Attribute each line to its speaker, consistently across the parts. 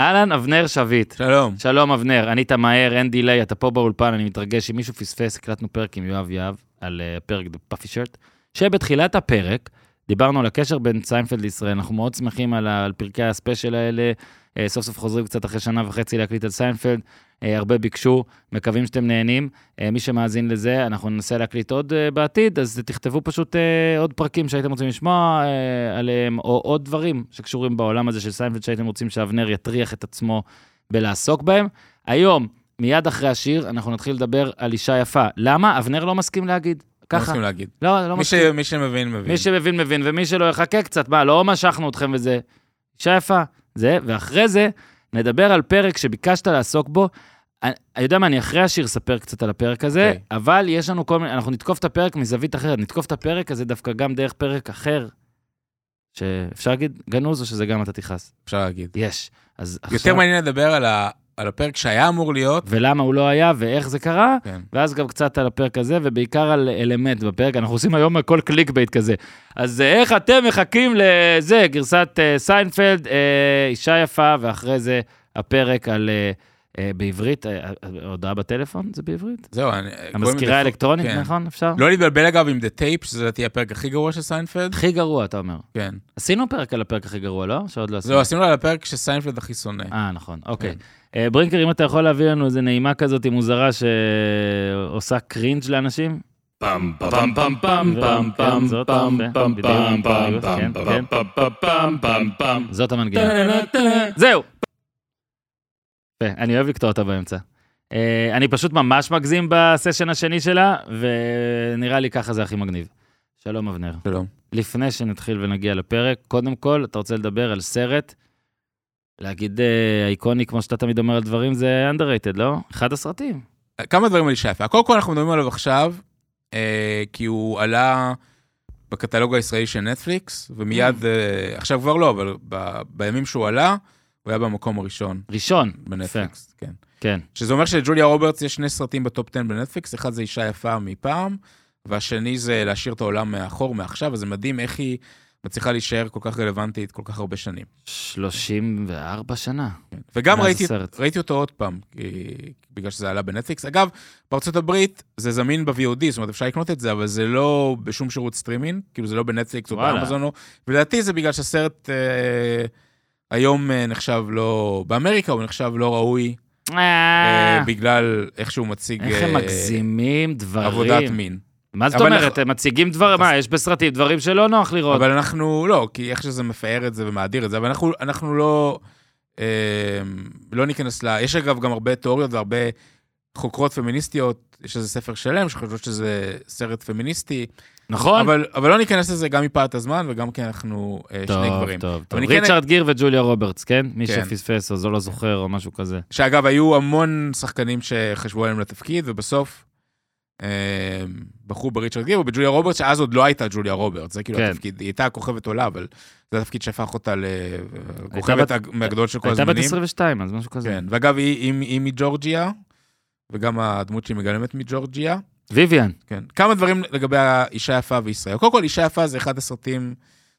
Speaker 1: אהלן, אבנר שביט.
Speaker 2: שלום.
Speaker 1: שלום, אבנר. ענית מהר, אין דיליי, אתה פה באולפן, אני מתרגש. אם מישהו פספס, הקלטנו פרק עם יואב יהב על אה, פרק פאפי שירט, שבתחילת הפרק דיברנו על הקשר בין סיינפלד לישראל. אנחנו מאוד שמחים על, ה- על פרקי הספיישל האלה. אה, סוף סוף חוזרים קצת אחרי שנה וחצי להקליט על סיינפלד. אה, הרבה ביקשו, מקווים שאתם נהנים. אה, מי שמאזין לזה, אנחנו ננסה להקליט עוד אה, בעתיד, אז תכתבו פשוט אה, עוד פרקים שהייתם רוצים לשמוע אה, עליהם, או עוד דברים שקשורים בעולם הזה של סיינפלד, שהייתם רוצים שאבנר יטריח את עצמו בלעסוק בהם. היום, מיד אחרי השיר, אנחנו נתחיל לדבר על אישה יפה. למה? אבנר לא מסכים להגיד.
Speaker 2: ככה.
Speaker 1: ככה.
Speaker 2: להגיד.
Speaker 1: לא, לא
Speaker 2: מי, ש...
Speaker 1: מסכים.
Speaker 2: מי שמבין, מבין.
Speaker 1: מי שמבין, מבין, ומי שלא יחכה קצת, מה, לא משכנו אתכם וזה. אישה יפה, זה, ואחרי זה נדבר על פרק שביקשת לעסוק בו. אני אני יודע מה, אני אחרי השיר אספר קצת על הפרק הזה,
Speaker 2: אוקיי.
Speaker 1: okay. אבל יש לנו כל מיני, אנחנו נתקוף את הפרק מזווית אחרת, נתקוף את הפרק הזה דווקא גם דרך פרק אחר, שאפשר להגיד גנוז, או שזה גם אתה תכעס?
Speaker 2: אפשר להגיד.
Speaker 1: יש. אז
Speaker 2: יותר
Speaker 1: עכשיו,
Speaker 2: מעניין לדבר על, ה... על הפרק שהיה אמור להיות.
Speaker 1: ולמה הוא לא היה, ואיך זה קרה,
Speaker 2: כן.
Speaker 1: ואז גם קצת על הפרק הזה, ובעיקר על אלמנט בפרק. אנחנו עושים היום הכל קליק בייט כזה. אז אה, איך אתם מחכים לזה, גרסת אה, סיינפלד, אה, אישה יפה, ואחרי זה הפרק על... אה, אה, בעברית, אה, אה, הודעה בטלפון זה בעברית?
Speaker 2: זהו, אני...
Speaker 1: המזכירה האלקטרונית,
Speaker 2: כן.
Speaker 1: נכון? אפשר?
Speaker 2: לא להתבלבל אגב עם The Tape, שזה לדעתי הפרק הכי גרוע של סיינפלד.
Speaker 1: הכי גרוע, אתה אומר.
Speaker 2: כן.
Speaker 1: עשינו פרק על הפרק הכי גרוע, לא? שעוד לא עשינו.
Speaker 2: זהו, עשינו על הפרק שסיינפלד הכי שונא.
Speaker 1: אה, נכון, אוקיי. אה, ברינקר, אם אתה יכול להביא לנו איזה נעימה כזאת מוזרה שעושה קרינג' לאנשים? כן,
Speaker 3: Bum bum bum bum bum bum
Speaker 1: Zo,
Speaker 3: bum
Speaker 1: eh,
Speaker 3: bum
Speaker 1: die
Speaker 3: bum
Speaker 1: dingen,
Speaker 3: bum
Speaker 1: ken,
Speaker 3: bum
Speaker 1: ken.
Speaker 3: bum bum bum bum bum.
Speaker 1: כן, זאת המנגינה. זהו. יפה, אני אוהב לקטוע אותה באמצע. אה, אני פשוט ממש מגזים בסשן השני שלה, ונראה לי ככה זה הכי מגניב. שלום, אבנר.
Speaker 2: שלום.
Speaker 1: לפני שנתחיל ונגיע לפרק, קודם כל, אתה רוצה לדבר על סרט, להגיד אה, איקוני, כמו שאתה תמיד אומר על דברים, זה underrated, לא? אחד הסרטים.
Speaker 2: כמה דברים על אישה יפה. קודם כל אנחנו מדברים עליו עכשיו, אה, כי הוא עלה בקטלוג הישראלי של נטפליקס,
Speaker 1: Mm.
Speaker 2: ומיד, אה, עכשיו כבר לא, אבל ב, בימים שהוא עלה, הוא היה במקום הראשון
Speaker 1: ראשון.
Speaker 2: בנטפליקס. כן.
Speaker 1: כן.
Speaker 2: שזה אומר שלג'וליה רוברטס יש שני סרטים בטופ 10 בנטפליקס, אחד זה אישה יפה מפעם, והשני זה להשאיר את העולם מאחור, מעכשיו, אז זה מדהים איך היא מצליחה להישאר כל כך רלוונטית כל כך הרבה שנים.
Speaker 1: 34 שנה.
Speaker 2: וגם
Speaker 1: מאז
Speaker 2: ראיתי,
Speaker 1: הסרט.
Speaker 2: ראיתי אותו עוד פעם, כי- בגלל שזה עלה בנטפליקס. אגב, בארצות הברית זה זמין ב-VOD, זאת אומרת, אפשר לקנות את זה, אבל זה לא בשום שירות סטרימינג, כאילו זה לא בנטפליקס או
Speaker 1: וואלה.
Speaker 2: באמזון, או- ולדעתי זה בגלל שהסרט אה, היום אה, נחשב לא... באמריקה הוא נחשב לא ראוי, אה,
Speaker 1: אה,
Speaker 2: בגלל איך שהוא מציג...
Speaker 1: איך הם
Speaker 2: אה,
Speaker 1: מגזימים דברים.
Speaker 2: עבודת מין.
Speaker 1: מה זאת
Speaker 2: אבל
Speaker 1: אומרת?
Speaker 2: אנחנו-
Speaker 1: הם מציגים דברים, מה, יש בסרטים דברים שלא נוח לראות.
Speaker 2: אבל אנחנו, לא, כי איך שזה מפאר את זה ומאדיר את זה, אבל אנחנו, אנחנו לא, אה, לא ניכנס ל... יש אגב גם הרבה תיאוריות והרבה חוקרות פמיניסטיות, יש איזה ספר שלם שחושבות שזה סרט פמיניסטי,
Speaker 1: נכון?
Speaker 2: אבל, אבל לא ניכנס לזה גם מפאת הזמן וגם כי אנחנו אה, שני
Speaker 1: טוב,
Speaker 2: גברים.
Speaker 1: טוב, טוב.
Speaker 2: אבל אני כן-
Speaker 1: ריצ'רד גיר וג'וליה רוברטס, כן? מי
Speaker 2: כן.
Speaker 1: שפספס או זו לא זוכר או משהו כזה.
Speaker 2: שאגב, היו המון שחקנים שחשבו עליהם לתפקיד, ובסוף אה, בחרו בריצ'רד גיר ובג'וליה רוברט, שאז עוד לא הייתה ג'וליה רוברט, זה כאילו
Speaker 1: כן.
Speaker 2: התפקיד, היא הייתה כוכבת עולה, אבל זה התפקיד שהפך אותה
Speaker 1: הייתה
Speaker 2: לכוכבת
Speaker 1: בת-
Speaker 2: הג- מהגדולות של כל
Speaker 1: הייתה
Speaker 2: הזמנים.
Speaker 1: בת 22, אז משהו כזה.
Speaker 2: כן, ואגב, היא, היא, היא מג'ורג'יה, וגם הדמות שהיא מגלמת מג'ורג'יה.
Speaker 1: ויויאן,
Speaker 2: כן. כמה דברים לגבי האישה היפה וישראל. קודם כל, אישה יפה זה אחד הסרטים,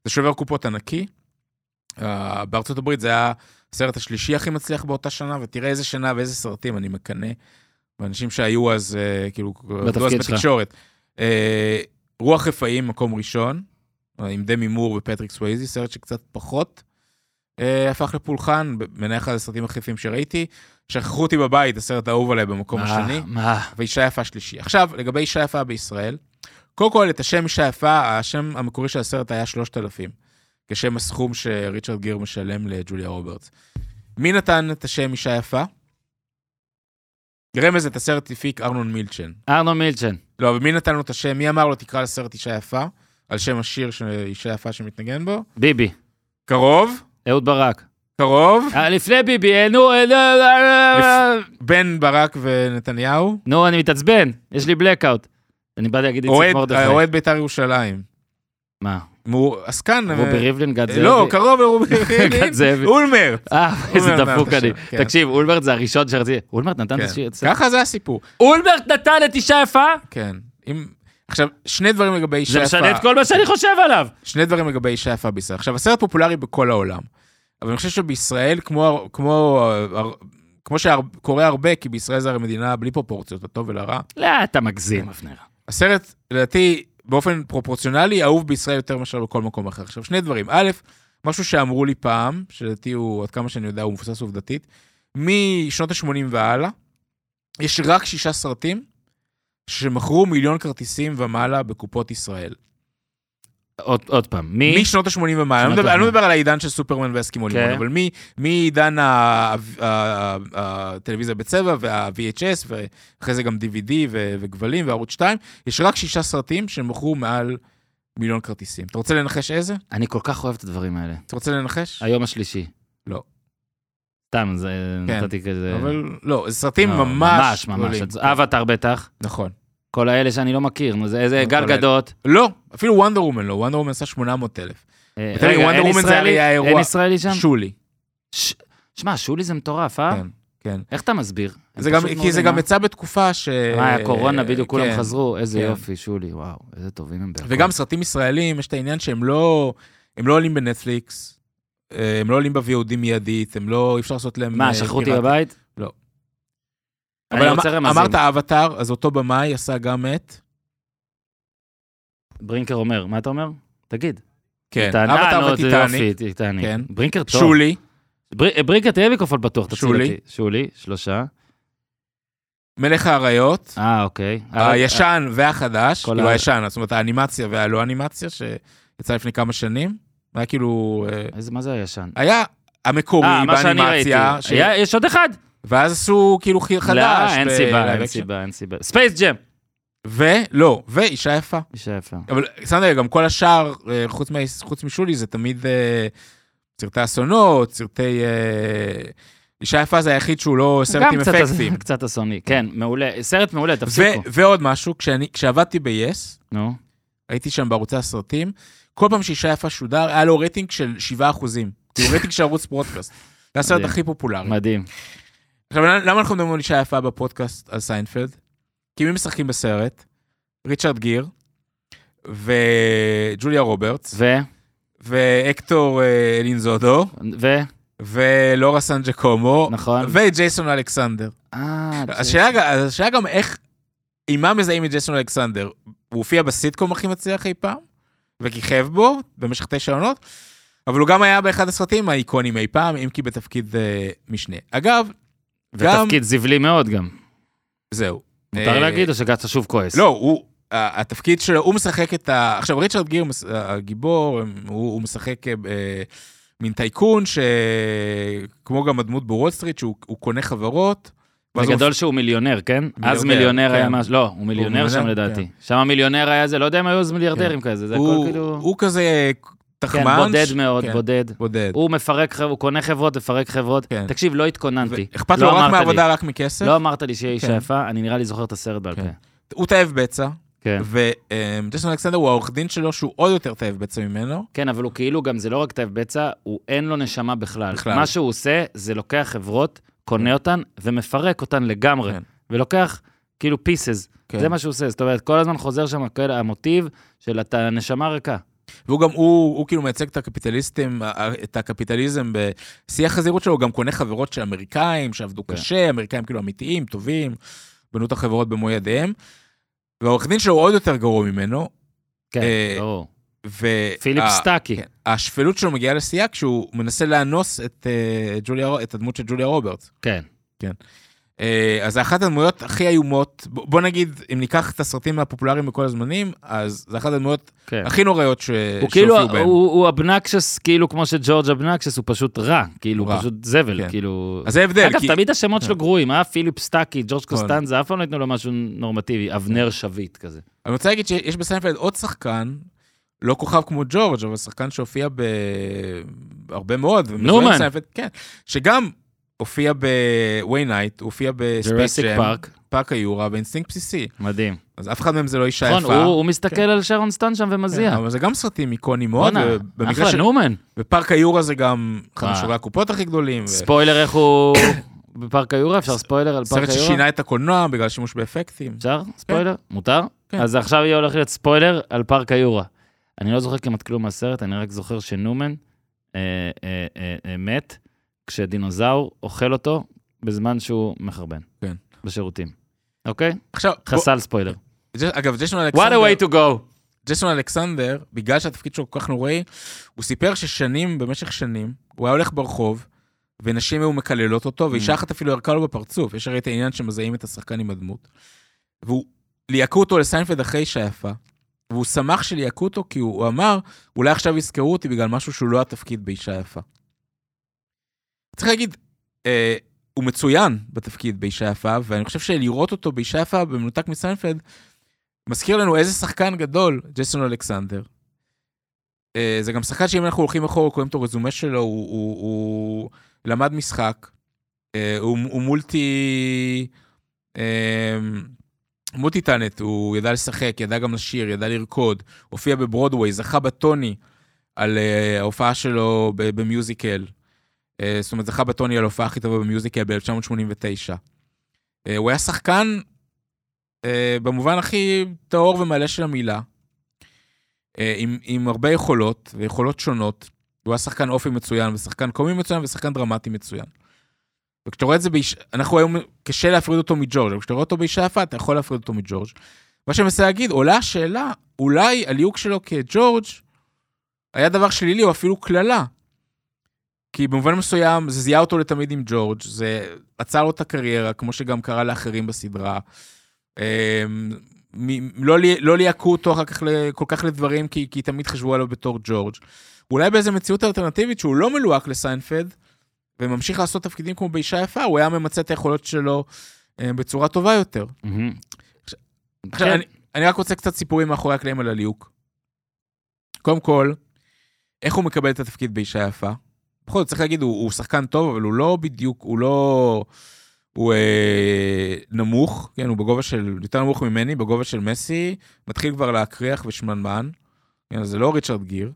Speaker 2: זה שובר קופות ענקי. אה, בארצות הברית זה היה הסרט השלישי הכי מצליח באותה שנה, ותראה איזה שנה ואיזה סרטים, אני מקנא. ואנשים שהיו אז, אה, כאילו, עבדו אז
Speaker 1: בתפקיד שלך.
Speaker 2: בתקשורת. אה, רוח רפאים, מקום ראשון, אה, עם דמי מור ופטריק סווייזי, סרט שקצת פחות אה, הפך לפולחן, בעיניי אחד הסרטים הכי יפים שראיתי. שכחו אותי בבית, הסרט האהוב עליי במקום
Speaker 1: מה,
Speaker 2: השני.
Speaker 1: מה?
Speaker 2: ואישה יפה שלישי. עכשיו, לגבי אישה יפה בישראל, קודם כל, את השם אישה יפה, השם המקורי של הסרט היה 3,000, כשם הסכום שריצ'רד גיר משלם לג'וליה רוברטס. מי נתן את השם אישה יפה? רמז את הסרט הפיק ארנון מילצ'ן.
Speaker 1: ארנו מילצ'ן.
Speaker 2: לא, אבל מי נתן לו את השם? מי אמר לו תקרא לסרט אישה יפה? על שם השיר של אישה יפה שמתנגן בו?
Speaker 1: ביבי,
Speaker 2: קרוב,
Speaker 1: אהוד ברק.
Speaker 2: קרוב,
Speaker 1: אה, לפני ביבי, אה, נו, אה, לא, לא, לא, לא.
Speaker 2: בן ברק ונתניהו,
Speaker 1: נו, אני מתעצבן, יש לי blackout. אני באתי להגיד איציק
Speaker 2: אוהד- אה,
Speaker 1: מרדכי.
Speaker 2: אוהד בית"ר ירושלים.
Speaker 1: מה?
Speaker 2: הוא עסקן. אה,
Speaker 1: רובי ריבלין, גד זאבי?
Speaker 2: לא, קרוב לרובי ריבלין,
Speaker 1: גד זאבי.
Speaker 2: אולמרט.
Speaker 1: אה, איזה
Speaker 2: אולמרט
Speaker 1: דפוק
Speaker 2: נתן את
Speaker 1: אני.
Speaker 2: השם, כן.
Speaker 1: תקשיב, אולמרט זה הראשון שרציתי. אולמרט נתן את
Speaker 2: כן.
Speaker 1: השיר. את-
Speaker 2: ככה זה הסיפור,
Speaker 1: אולמרט נתן את אישה יפה?
Speaker 2: כן. אם- עכשיו, שני דברים לגבי אישה
Speaker 1: זה
Speaker 2: יפה.
Speaker 1: משנה את כל מה שאני חושב עליו.
Speaker 2: שני דברים לגבי אישה יפה בישראל. עכשיו, הסרט פופולרי בכל העולם. אבל אני חושב שבישראל, כמו, כמו, כמו שקורה הרבה, כי בישראל זה הרי מדינה בלי פרופורציות, לטוב ולרע,
Speaker 1: לא, אתה מגזים, אבנר.
Speaker 2: הסרט, לדעתי, באופן פרופורציונלי, אהוב בישראל יותר מאשר בכל מקום אחר. עכשיו, שני דברים. א', משהו שאמרו לי פעם, שלדעתי הוא, עד כמה שאני יודע, הוא מבוסס עובדתית, משנות ה-80 והלאה, יש רק שישה סרטים שמכרו מיליון כרטיסים ומעלה בקופות ישראל.
Speaker 1: עוד עוד פעם, מי?
Speaker 2: משנות ה-80 ומעלה. אני לא
Speaker 1: שנות
Speaker 2: מדבר- אני לא
Speaker 1: ה-שמונים.
Speaker 2: מדבר על העידן של סופרמן והסכימון לימון,
Speaker 1: כן.
Speaker 2: אבל מי- מעידן ה- ה- ה- הטלוויזיה בצבע וה-VHS, ואחרי זה גם DVD ו- וכבלים וערוץ 2, יש רק שישה סרטים שמכרו מעל מיליון כרטיסים. אתה רוצה לנחש איזה?
Speaker 1: אני כל כך אוהב את הדברים האלה.
Speaker 2: אתה רוצה לנחש?
Speaker 1: היום השלישי.
Speaker 2: לא.
Speaker 1: סתם, זה
Speaker 2: כן,
Speaker 1: נתתי כזה...
Speaker 2: אבל לא, זה סרטים
Speaker 1: אה. לא,
Speaker 2: ממש
Speaker 1: ממש, ממש.
Speaker 2: גדולים.
Speaker 1: אז אבטאר בטח.
Speaker 2: נכון.
Speaker 1: כל האלה שאני לא מכיר, נו, זה איזה
Speaker 2: כל
Speaker 1: גל
Speaker 2: האלה.
Speaker 1: גדות.
Speaker 2: לא, אפילו וונדר וומן לא, וונדר וומן עשה 800 אלף.
Speaker 1: אה,
Speaker 2: ותן לי,
Speaker 1: רגע,
Speaker 2: Wonder
Speaker 1: אין
Speaker 2: Woman זה
Speaker 1: ישראלי?
Speaker 2: היה האירוע.
Speaker 1: אין ישראלי שם?
Speaker 2: שולי.
Speaker 1: ש- שמע, שולי זה מטורף, אה?
Speaker 2: כן, כן.
Speaker 1: איך אתה מסביר?
Speaker 2: זה
Speaker 1: הם
Speaker 2: גם,
Speaker 1: פשוט
Speaker 2: כי זה
Speaker 1: מעולים,
Speaker 2: גם
Speaker 1: אה?
Speaker 2: יצא בתקופה ש...
Speaker 1: מה, היה קורונה, בדיוק כולם
Speaker 2: כן.
Speaker 1: חזרו, איזה
Speaker 2: כן.
Speaker 1: יופי, שולי, וואו, איזה טובים הם. בהכל.
Speaker 2: נכון. וגם סרטים ישראלים, יש את העניין שהם לא, הם לא עולים בנטפליקס, אה, הם לא עולים ב-VOD מיידית, הם לא, אי אפשר לעשות להם...
Speaker 1: מה,
Speaker 2: אה,
Speaker 1: שכחו אותי
Speaker 2: פיראט.
Speaker 1: בבית?
Speaker 2: לא.
Speaker 1: אני
Speaker 2: אבל
Speaker 1: רוצה
Speaker 2: אמר-
Speaker 1: רמזים.
Speaker 2: אמרת אבטאר, אז אותו במאי עשה גם את...
Speaker 1: ברינקר אומר, מה אתה אומר? תגיד.
Speaker 2: כן,
Speaker 1: טענה, אה, נו,
Speaker 2: אבטאר
Speaker 1: זה
Speaker 2: וטיטניק,
Speaker 1: יופי, טיטניק.
Speaker 2: כן.
Speaker 1: ברינקר טוב.
Speaker 2: שולי,
Speaker 1: בר- ברינקר תהיה בקופל פתוח, תציל
Speaker 2: שולי.
Speaker 1: אותי. שולי, שלושה.
Speaker 2: מלך האריות,
Speaker 1: אה, אוקיי.
Speaker 2: הישן והחדש,
Speaker 1: כל
Speaker 2: כאילו
Speaker 1: ה-
Speaker 2: הישן, זאת אומרת האנימציה והלא אנימציה, שיצא לפני כמה שנים, היה כאילו, אה,
Speaker 1: איזה- מה זה הישן?
Speaker 2: היה המקורי
Speaker 1: אה, מה שאני ראיתי.
Speaker 2: באנימציה, ש-
Speaker 1: היה- יש עוד אחד.
Speaker 2: ואז עשו כאילו חיר חדש.
Speaker 1: לא, אין
Speaker 2: ב-
Speaker 1: סיבה,
Speaker 2: live
Speaker 1: אין
Speaker 2: action.
Speaker 1: סיבה, אין סיבה. ספייס ג'ם.
Speaker 2: ולא, ואישה יפה.
Speaker 1: אישה יפה.
Speaker 2: אבל שמת לב, גם כל השאר, אה, חוץ, מה, חוץ משולי, זה תמיד אה, סרטי אסונות, סרטי... אה, אישה יפה זה היחיד שהוא לא סרט
Speaker 1: גם
Speaker 2: עם
Speaker 1: קצת
Speaker 2: אפקטים.
Speaker 1: אס- קצת אסוני. כן, מעולה. סרט מעולה, תפסיקו.
Speaker 2: ו- ועוד משהו, כשאני, כשעבדתי ב-yes,
Speaker 1: נו.
Speaker 2: הייתי שם בערוצי הסרטים, כל פעם שאישה יפה שודר, היה לו רייטינג של 7 אחוזים. כאילו רייטינג של ערוץ פרודקאסט. זה הסרט
Speaker 1: מדהים.
Speaker 2: הכי פופולרי.
Speaker 1: מדהים.
Speaker 2: עכשיו, למה אנחנו מדברים על אישה יפה בפודקאסט על סיינפלד? כי מי משחקים בסרט? ריצ'רד גיר וג'וליה רוברטס.
Speaker 1: ו?
Speaker 2: והקטור אה, אלין זודו,
Speaker 1: ו?
Speaker 2: ולורה סן ג'קומו,
Speaker 1: נכון.
Speaker 2: וג'ייסון אלכסנדר.
Speaker 1: אה,
Speaker 2: השאלה ג- אז השאלה גם איך, עם מה מזהים את ג'ייסון אלכסנדר? הוא הופיע בסיטקום הכי מצליח אי פעם, וכיכב בו במשך תשע עונות, אבל הוא גם היה באחד הסרטים האיקונים אי פעם, אם כי בתפקיד אה, משנה. אגב, גם,
Speaker 1: ותפקיד זבלי מאוד גם.
Speaker 2: זהו.
Speaker 1: מותר
Speaker 2: אה,
Speaker 1: להגיד או שאתה שוב כועס?
Speaker 2: לא, הוא, ה- התפקיד שלו, הוא משחק את ה... עכשיו, ריצ'רד גיר, מס- הגיבור, הם- הוא, הוא משחק אה, מין טייקון, שכמו גם הדמות בוול סטריט, שהוא הוא קונה חברות. ואז הוא
Speaker 1: בגדול שהוא מיליונר, כן? אז
Speaker 2: מיליונר,
Speaker 1: מיליונר היה
Speaker 2: כן.
Speaker 1: משהו, לא, הוא מיליונר שם
Speaker 2: מיליונר, כן.
Speaker 1: לדעתי. שם המיליונר היה זה, לא יודע אם היו אז מיליארדרים כזה, זה הכל
Speaker 2: הוא,
Speaker 1: כאילו...
Speaker 2: הוא כזה
Speaker 1: כן,
Speaker 2: תחמן.
Speaker 1: בודד
Speaker 2: ש-
Speaker 1: מאוד,
Speaker 2: כן,
Speaker 1: בודד.
Speaker 2: בודד.
Speaker 1: הוא מפרק, חב- הוא קונה חברות, מפרק חברות.
Speaker 2: כן.
Speaker 1: תקשיב, לא התכוננתי.
Speaker 2: אכפת
Speaker 1: לא
Speaker 2: לו רק
Speaker 1: אמרת לי.
Speaker 2: מעבודה, רק מכסף.
Speaker 1: לא אמרת לי שיהיה אישה
Speaker 2: כן.
Speaker 1: יפה, אני נראה לי זוכר את הסרט בעל
Speaker 2: כן.
Speaker 1: פה.
Speaker 2: הוא תאב בצע,
Speaker 1: כן.
Speaker 2: וג'סון אלכסנדר הוא העורך דין שלו, שהוא עוד יותר תאב בצע ממנו.
Speaker 1: כן, אבל הוא כאילו גם, זה לא רק תאב בצע, הוא אין לו נשמה בכלל.
Speaker 2: בכלל.
Speaker 1: מה שהוא עושה, זה לוקח חברות, קונה אותן ומפרק אותן לגמרי.
Speaker 2: כן.
Speaker 1: ולוקח כאילו pieces.
Speaker 2: כן.
Speaker 1: זה מה שהוא עושה. זאת אומרת, כל הזמן חוזר שם כל המוטיב של אתה נשמה ריקה.
Speaker 2: והוא גם, הוא, הוא כאילו מייצג את הקפיטליסטים, את הקפיטליזם בשיא החזירות שלו, הוא גם קונה חברות של אמריקאים, שעבדו
Speaker 1: כן.
Speaker 2: קשה, אמריקאים כאילו אמיתיים, טובים, בנו את החברות במו ידיהם. והעורך דין שלו הוא עוד יותר גרוע ממנו,
Speaker 1: כן,
Speaker 2: אה,
Speaker 1: ברור.
Speaker 2: ו...
Speaker 1: פיליפ
Speaker 2: ה-
Speaker 1: סטאקי.
Speaker 2: כן. השפלות שלו מגיעה לשיאה כשהוא מנסה לאנוס את, אה, ג'וליה, רו- את הדמות של ג'וליה רוברטס.
Speaker 1: כן.
Speaker 2: אה, אז זו אחת הדמויות הכי איומות, ב- בוא נגיד, אם ניקח את הסרטים הפופולריים בכל הזמנים, אז זו אחת הדמויות
Speaker 1: כן.
Speaker 2: הכי נוראיות ש...
Speaker 1: הוא כאילו,
Speaker 2: שהופיעו בהם.
Speaker 1: הוא הוא אבנקשס, כאילו כמו שג'ורג' אבנקשס, הוא פשוט רע, כאילו, הוא
Speaker 2: רע.
Speaker 1: פשוט זבל,
Speaker 2: כן.
Speaker 1: כאילו...
Speaker 2: אז זה הבדל.
Speaker 1: אגב,
Speaker 2: כי-
Speaker 1: תמיד השמות שלו גרועים, אה? פיליפ סטאקי, ג'ורג'
Speaker 2: נכון. אה.
Speaker 1: קוסטנזה, אף פעם לא ייתנו לו משהו נורמטיבי, אבנר שביט כזה.
Speaker 2: אני רוצה להגיד שיש בסיינפלד עוד שחקן, לא כוכב כמו ג'ורג', אבל שחקן שהופיע בהרבה מאוד. ומזוהה עם
Speaker 1: נורמן.
Speaker 2: סיינפלד, כן, שגם הופיע בוויינייט, הופיע בספייס
Speaker 1: ג'רסיק
Speaker 2: ג'ם,
Speaker 1: פארק,
Speaker 2: פארק היורה ואינסטינקט בסיסי.
Speaker 1: מדהים.
Speaker 2: אז אף אחד מהם זה לא אישה
Speaker 1: נכון,
Speaker 2: יפה.
Speaker 1: הוא הוא מסתכל על שרון סטון שם
Speaker 2: כן,
Speaker 1: ומזיע.
Speaker 2: אבל זה גם סרטים איקונים מאוד,
Speaker 1: בואנה,
Speaker 2: ובמקרה
Speaker 1: אחלה, אה.
Speaker 2: של... כן.
Speaker 1: נומן.
Speaker 2: בפארק היורה זה גם אחד
Speaker 1: וואו.
Speaker 2: משורי הקופות הכי גדולים. ו-
Speaker 1: ספוילר איך הוא... בפארק היורה, אפשר ספוילר על פארק
Speaker 2: סרט
Speaker 1: היורה?
Speaker 2: ששינה את הקולנוע בגלל שימוש באפקטים.
Speaker 1: אפשר? ספוילר? מותר?
Speaker 2: כן.
Speaker 1: אז עכשיו יהיה הולך להיות ספוילר על פארק היורה. אני לא זוכר כמעט כלום מהסרט, אני רק זוכר שנומן אה, אה, אה, אה, מת כשדינוזאור אוכל אותו בזמן שהוא מחרבן.
Speaker 2: כן.
Speaker 1: בשירותים. אוקיי?
Speaker 2: עכשיו, בוא-
Speaker 1: חסל ספוילר.
Speaker 2: ג'ס- אגב, ג'סון
Speaker 1: What
Speaker 2: אלכסנדר,
Speaker 1: a way to go.
Speaker 2: ג'סון אלכסנדר, בגלל שהתפקיד שלו כל כך נוראי, הוא סיפר ששנים, במשך שנים, הוא היה הולך ברחוב, ונשים היו מקללות אותו, ואישה
Speaker 1: Mm.
Speaker 2: אחת אפילו ירקה לו בפרצוף. יש הרי את העניין שמזהים את השחקן עם הדמות. והוא, ליהקו אותו לסיינפלד אחרי אישה יפה, והוא שמח שליהקו אותו, כי הוא הוא אמר, אולי עכשיו יזכרו אותי בגלל משהו שהוא לא התפקיד באישה יפה. צריך להגיד, אה, הוא מצוין בתפקיד באישה יפה, ואני חושב שלראות אותו באישה יפה, במנותק מסיינפלד, מזכיר לנו איזה שחקן גדול ג'ייסון אלכסנדר. אה, זה גם שחקן שאם אנחנו הולכים אחורה, קוראים את הרזומה שלו, הוא, הוא, הוא למד משחק, אה, הוא, הוא מולטי... אה, מולטי טאנט, הוא ידע לשחק, ידע גם לשיר, ידע לרקוד, הופיע בברודוויי, זכה בטוני על אה, ההופעה שלו ב- במיוזיקל. אה, זאת אומרת, זכה בטוני על ההופעה הכי טובה במיוזיקל ב-1989. אה, הוא היה שחקן אה, במובן הכי טהור ומלא של המילה, אה, עם, עם הרבה יכולות, ויכולות שונות. הוא היה שחקן אופי מצוין, ושחקן קומי מצוין, ושחקן דרמטי מצוין. וכשאתה רואה את זה באישה, אנחנו היום, קשה להפריד אותו מג'ורג', אבל כשאתה רואה אותו באישה יפה, אתה יכול להפריד אותו מג'ורג'. מה שאני מנסה להגיד, עולה השאלה, אולי הליהוק שלו כג'ורג' היה דבר שלילי או אפילו קללה. כי במובן מסוים זה זיהה אותו לתמיד עם ג'ורג', זה עצר לו את הקריירה, כמו שגם קרה לאחרים בסדרה. אמ, מ- לא לי- לא ליהקו אותו אחר כך ל- כל כך לדברים, כי כי תמיד חשבו עליו בתור ג'ורג'. אולי באיזה מציאות אלטרנטיבית שהוא לא מלוהק לסיינפלד, וממשיך לעשות תפקידים כמו באישה יפה, הוא היה ממצה את היכולות שלו אה, בצורה טובה יותר.
Speaker 1: מהמם.
Speaker 2: עכשיו,
Speaker 1: כן.
Speaker 2: אני, אני רק רוצה קצת סיפורים מאחורי הקלעים על הליהוק. קודם כל, איך הוא מקבל את התפקיד באישה יפה? בכל זאת, צריך להגיד, הוא, הוא שחקן טוב, אבל הוא לא בדיוק, הוא לא... הוא אה, נמוך, כן, הוא בגובה של, יותר נמוך ממני, בגובה של מסי, מתחיל כבר להקריח ושמנמן. כן, זה לא ריצ'רד גיר.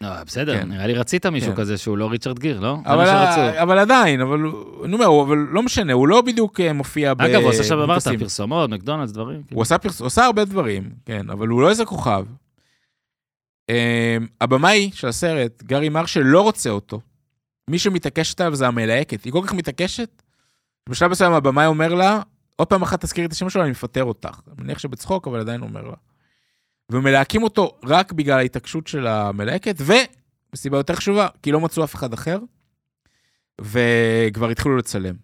Speaker 1: לא, בסדר,
Speaker 2: כן.
Speaker 1: נראה לי רצית מישהו
Speaker 2: כן.
Speaker 1: כזה שהוא לא ריצ'רד גיר, לא? זה מה
Speaker 2: אבל,
Speaker 1: שרצו.
Speaker 2: אבל עדיין, אבל הוא- אני אומר, הוא- אבל לא משנה, הוא לא בדיוק אה, מופיע ב...
Speaker 1: אגב, הוא עושה שם אמרת,
Speaker 2: בפרסים.
Speaker 1: פרסומות, מקדונלדס, דברים.
Speaker 2: הוא עשה, פרס... עושה הרבה דברים, כן, אבל הוא לא איזה כוכב. Um, הבמאי של הסרט, גארי מרשל, לא רוצה אותו. מי שמתעקשת עליו זה המלהקת. היא כל כך מתעקשת, בשלב מסוים הבמאי אומר לה, עוד פעם אחת תזכירי את השם שלו, אני מפטר אותך. אני מניח שבצחוק, אבל עדיין אומר לה. ומלהקים אותו רק בגלל ההתעקשות של המלהקת, ומסיבה יותר חשובה, כי לא מצאו אף אחד אחר, וכבר התחילו לצלם.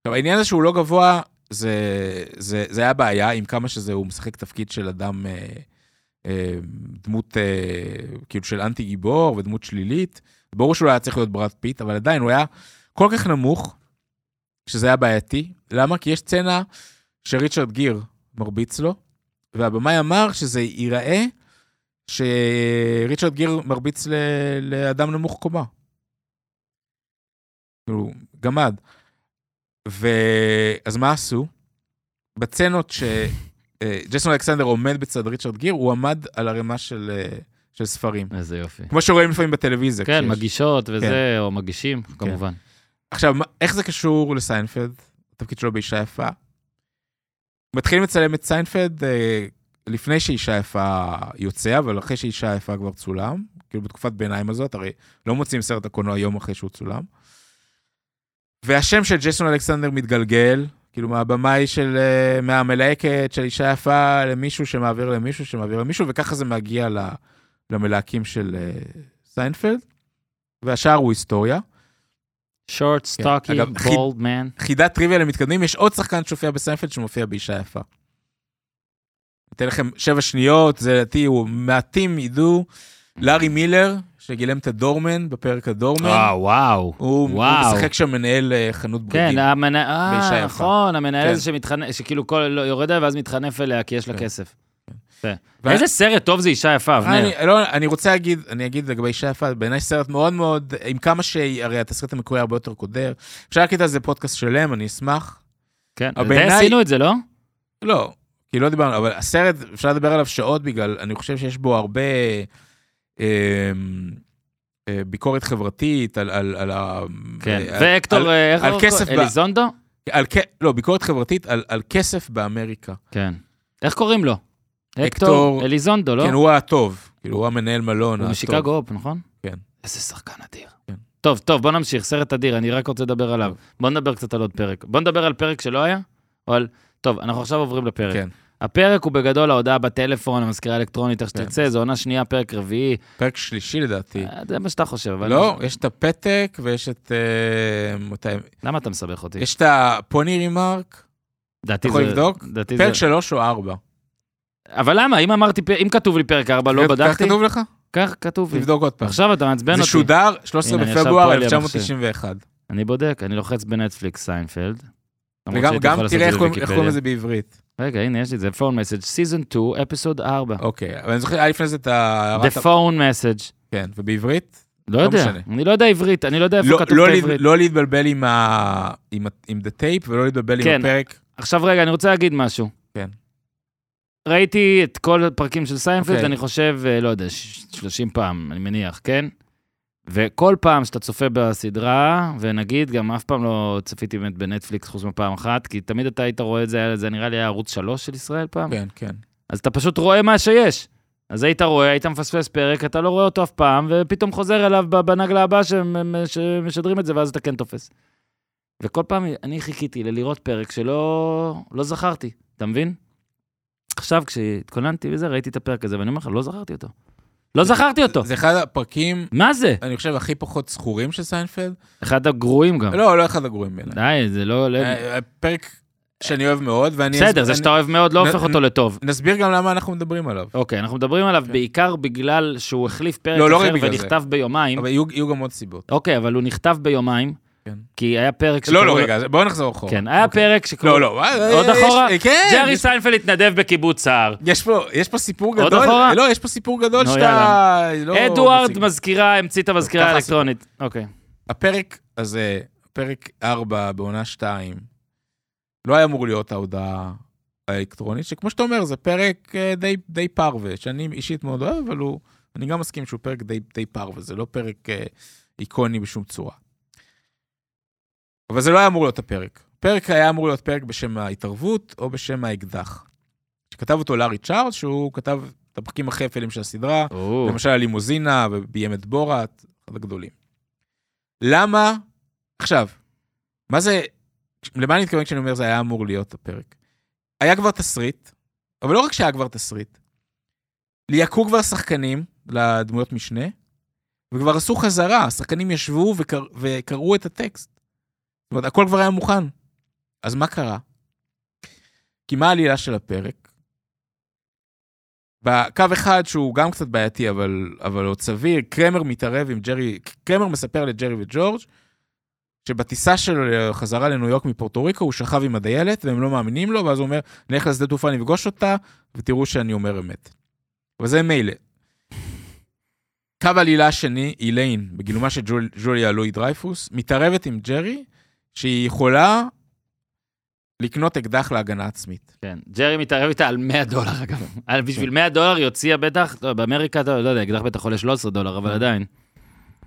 Speaker 2: עכשיו, העניין הזה שהוא לא גבוה, זה, זה, זה היה בעיה, עם כמה שזה, הוא משחק תפקיד של אדם, אה, אה, דמות, אה, כאילו של אנטי גיבור ודמות שלילית. ברור שהוא לא היה צריך להיות ברד פיט, אבל עדיין הוא היה כל כך נמוך, שזה היה בעייתי. למה? כי יש סצנה שריצ'רד גיר מרביץ לו, והבמאי אמר שזה ייראה שריצ'רד גיר מרביץ ל... לאדם נמוך קומה. כאילו, גמד. ואז מה עשו? בצנות שג'סון אלכסנדר עומד בצד ריצ'רד גיר, הוא עמד על ערימה של, אה, של ספרים.
Speaker 1: איזה יופי.
Speaker 2: כמו שרואים לפעמים בטלוויזיה.
Speaker 1: כאילו. כן,
Speaker 2: כשיש-
Speaker 1: מגישות
Speaker 2: כן.
Speaker 1: וזה, או מגישים, כמובן.
Speaker 2: עכשיו, מה- איך זה קשור לסיינפלד? התפקיד שלו באישה יפה. מתחילים לצלם את סיינפלד אה, לפני שאישה יפה יוצא, אבל אחרי שאישה יפה כבר צולם, כאילו בתקופת ביניים הזאת, הרי לא מוצאים סרט הקולנוע יום אחרי שהוא צולם. והשם של ג'ייסון אלכסנדר מתגלגל, כאילו מהבמאי של, אה, מהמלהקת של אישה יפה למישהו שמעביר למישהו שמעביר למישהו, וככה זה מגיע ל- למלהקים של אה, סיינפלד. והשאר הוא היסטוריה.
Speaker 1: שורט, סטוקי,
Speaker 2: כן. אגב, הכי-
Speaker 1: בולד מן.
Speaker 2: חידת טריוויה למתקדמים, יש עוד שחקן שהופיע בסיינפלד שמופיע באישה יפה. אתן לכם שבע שניות, זה לדעתי, הוא- מעטים ידעו. לארי מילר, שגילם את הדורמן בפרק הדורמן,
Speaker 1: וואו, אה, וואו.
Speaker 2: הוא הוא
Speaker 1: וואו.
Speaker 2: משחק שם מנהל אה, חנות בגדים.
Speaker 1: כן, המנהל, אה,
Speaker 2: באישה יפה.
Speaker 1: נכון, המנהל
Speaker 2: כן.
Speaker 1: הזה שמתחנף, שכאילו כל, לא, יורד עליה ואז מתחנף אליה כי יש לה
Speaker 2: כן.
Speaker 1: כסף.
Speaker 2: וה-
Speaker 1: איזה סרט טוב זה אישה יפה, אבנר.
Speaker 2: אני, לא, אני רוצה להגיד, אני אגיד לגבי אישה יפה, בעיניי סרט מאוד מאוד, עם כמה שהיא, הרי התסריט המקורי הרבה יותר קודר. אפשר להקליט על זה פודקאסט שלם, אני אשמח.
Speaker 1: כן,
Speaker 2: אבל
Speaker 1: די
Speaker 2: אה, בעיניי-
Speaker 1: עשינו את זה, לא?
Speaker 2: לא, כי לא דיברנו, אבל הסרט, אפשר לדבר עליו שעות בגלל, אני חושב שיש בו הרבה אה, אה, ביקורת חברתית על, על, על ה...
Speaker 1: כן.
Speaker 2: אה, על- על-
Speaker 1: והקטור, אה, איך
Speaker 2: על
Speaker 1: קוראים
Speaker 2: כסף
Speaker 1: לו?
Speaker 2: ב-
Speaker 1: אליזונדו?
Speaker 2: על כ- לא, ביקורת חברתית על, על כסף באמריקה.
Speaker 1: כן. איך קוראים לו?
Speaker 2: הקטור-
Speaker 1: הקטור אליזונדו, לא?
Speaker 2: כן, הוא הטוב, כאילו, הוא המנהל מלון.
Speaker 1: הוא
Speaker 2: הטוב.
Speaker 1: משיקגו אופ, נכון?
Speaker 2: כן.
Speaker 1: איזה שחקן אדיר.
Speaker 2: כן.
Speaker 1: טוב, טוב, בוא נמשיך, סרט אדיר, אני רק רוצה לדבר עליו. בוא נדבר קצת על עוד פרק. בוא נדבר על פרק שלא היה, או על... טוב, אנחנו עכשיו עוברים לפרק.
Speaker 2: כן.
Speaker 1: הפרק הוא בגדול ההודעה בטלפון, המזכירה האלקטרונית, איך
Speaker 2: כן.
Speaker 1: שתרצה, זו עונה שנייה, פרק רביעי.
Speaker 2: פרק שלישי לדעתי.
Speaker 1: אה, זה מה שאתה חושב, אבל...
Speaker 2: לא, יש את הפתק ויש את... אה, מתי-
Speaker 1: למה אתה מסבך אותי?
Speaker 2: יש את הפוני רימרק,
Speaker 1: דעתי
Speaker 2: יכול
Speaker 1: זה-
Speaker 2: לבדוק?
Speaker 1: דעתי
Speaker 2: פרק
Speaker 1: זה...
Speaker 2: שלוש או ארבע.
Speaker 1: אבל למה? אם אמרתי, פ- אם כתוב לי פרק 4, לא
Speaker 2: כן, כך
Speaker 1: בדקתי?
Speaker 2: כתוב לך?
Speaker 1: כך כתוב לי.
Speaker 2: תבדוק עוד פעם.
Speaker 1: עכשיו אתה מעצבן אותי.
Speaker 2: זה שודר 13
Speaker 1: הנה, אני עכשיו
Speaker 2: בפברואר
Speaker 1: פה על
Speaker 2: 1991.
Speaker 1: אני בודק, אני לוחץ בנטפליקס סיינפלד. למרות
Speaker 2: וגם
Speaker 1: שהייתי
Speaker 2: גם
Speaker 1: יכול לעשות את
Speaker 2: תראה איך
Speaker 1: זה
Speaker 2: קוראים- איך
Speaker 1: בוויקיפדיה.
Speaker 2: קוראים לזה בעברית.
Speaker 1: רגע, הנה, יש לי את זה, phone message, season 2, episode 4.
Speaker 2: אוקיי, אבל אני זוכר, היה לפני זה את ה...
Speaker 1: אה. The phone message.
Speaker 2: כן, ובעברית?
Speaker 1: לא
Speaker 2: לא
Speaker 1: יודע,
Speaker 2: משנה.
Speaker 1: אני לא יודע עברית, אני לא יודע
Speaker 2: לא-
Speaker 1: איפה כתוב
Speaker 2: לא
Speaker 1: את
Speaker 2: להת-
Speaker 1: העברית.
Speaker 2: לא להתבלבל עם ה- עם ה- עם דה טייפ ולא להתבלבל
Speaker 1: כן.
Speaker 2: עם הפרק.
Speaker 1: עכשיו רגע, אני רוצה להגיד משהו.
Speaker 2: כן.
Speaker 1: ראיתי את כל הפרקים של סיינפלד,
Speaker 2: אוקיי.
Speaker 1: אני חושב, אה, לא יודע, ש- 30 פעם, אני מניח, כן? וכל פעם שאתה צופה בסדרה, ונגיד, גם אף פעם לא צפיתי באמת בנטפליקס חוץ מפעם אחת, כי תמיד אתה היית רואה את זה, היה- זה נראה לי היה ערוץ 3 של ישראל פעם.
Speaker 2: כן, כן.
Speaker 1: אז אתה פשוט רואה מה שיש. אז היית רואה, היית מפספס פרק, אתה לא רואה אותו אף פעם, ופתאום חוזר אליו ב- בנגלה הבאה שהם- שמשדרים את זה, ואז אתה כן תופס. וכל פעם אני חיכיתי ללראות פרק שלא לא זכרתי, אתה מבין? עכשיו, כשהתכוננתי וזה, ראיתי את הפרק הזה, ואני אומר לך, לא זכרתי אותו. לא זכרתי אותו.
Speaker 2: זה אחד הפרקים,
Speaker 1: מה זה?
Speaker 2: אני חושב, הכי פחות זכורים של סיינפלד.
Speaker 1: אחד הגרועים גם.
Speaker 2: לא, לא אחד הגרועים בעיניי.
Speaker 1: די, זה לא... לא-
Speaker 2: אה, פרק שאני אוהב מאוד, ואני...
Speaker 1: בסדר, זה
Speaker 2: אני-
Speaker 1: שאתה אוהב מאוד לא
Speaker 2: נ-
Speaker 1: הופך אותו
Speaker 2: נ-
Speaker 1: לטוב.
Speaker 2: נסביר גם למה אנחנו מדברים עליו.
Speaker 1: אוקיי, אנחנו מדברים עליו בעיקר בגלל שהוא החליף
Speaker 2: כן. לא,
Speaker 1: פרק
Speaker 2: לא
Speaker 1: אחר
Speaker 2: רק בגלל זה.
Speaker 1: ונכתב ביומיים.
Speaker 2: אבל יהיו יהיו גם עוד סיבות.
Speaker 1: אוקיי, אבל הוא נכתב ביומיים,
Speaker 2: כן.
Speaker 1: כי היה פרק
Speaker 2: לא,
Speaker 1: שקראו
Speaker 2: לא,
Speaker 1: לו-
Speaker 2: רגע, אז בואו נחזור אחורה.
Speaker 1: כן, היה פרק שקראו...
Speaker 2: לא, לא, אה,
Speaker 1: עוד
Speaker 2: יש-
Speaker 1: אחורה?
Speaker 2: כן.
Speaker 1: ג'רי
Speaker 2: יש-
Speaker 1: סיינפלד התנדב בקיבוץ סער.
Speaker 2: יש פה, יש פה סיפור
Speaker 1: עוד
Speaker 2: גדול.
Speaker 1: אחורה?
Speaker 2: לא, יש פה סיפור גדול
Speaker 1: נו,
Speaker 2: שאתה... לא
Speaker 1: אדוארד
Speaker 2: מציג.
Speaker 1: מזכירה, המציא את המזכירה
Speaker 2: ככה
Speaker 1: האלקטרונית. אוקיי.
Speaker 2: הפרק הזה, פרק 4 בעונה 2, לא היה אמור להיות ההודעה האלקטרונית, שכמו שאתה אומר, זה פרק אה, די, די פרווה, שאני אישית מאוד אוהב, אבל הוא, אני גם מסכים שהוא פרק די, די פרווה, זה לא פרק אה, איקוני בשום צורה. אבל זה לא היה אמור להיות הפרק. הפרק היה אמור להיות פרק בשם ההתערבות או בשם האקדח. שכתב אותו לארי צ'ארלס, שהוא כתב את הפרקים הכי אפלים של הסדרה,
Speaker 1: או,
Speaker 2: למשל הלימוזינה וביים את בורת, אחד הגדולים. למה, עכשיו, מה זה, למה אני מתכוון כשאני אומר זה היה אמור להיות הפרק? היה כבר תסריט, אבל לא רק שהיה כבר תסריט, ליהקו כבר שחקנים לדמויות משנה, וכבר עשו חזרה, השחקנים ישבו וקר, וקראו את הטקסט. זאת אומרת, הכל כבר היה מוכן. אז מה קרה? כי מה העלילה של הפרק? בקו אחד שהוא גם קצת בעייתי, אבל, אבל עוד סביר, קרמר מתערב עם ג'רי, קרמר מספר לג'רי וג'ורג' שבטיסה שלו חזרה לניו יורק מפורטו ריקו, הוא שכב עם הדיילת, והם לא מאמינים לו, ואז הוא אומר, נלך לשדה תעופה, נפגוש אותה, ותראו שאני אומר אמת. אבל זה מילא. קו העלילה השני, איליין, בגילומה של ג'ול, ג'וליה לואי דרייפוס, מתערבת עם ג'רי, שהיא יכולה לקנות אקדח להגנה עצמית.
Speaker 1: כן. ג'רי מתערב איתה על 100 דולר, אגב. על-
Speaker 2: כן.
Speaker 1: בשביל 100 דולר היא הוציאה בטח, לא, באמריקה, אתה לא יודע, אקדח בטח עולה 13 דולר,
Speaker 2: כן.
Speaker 1: אבל עדיין.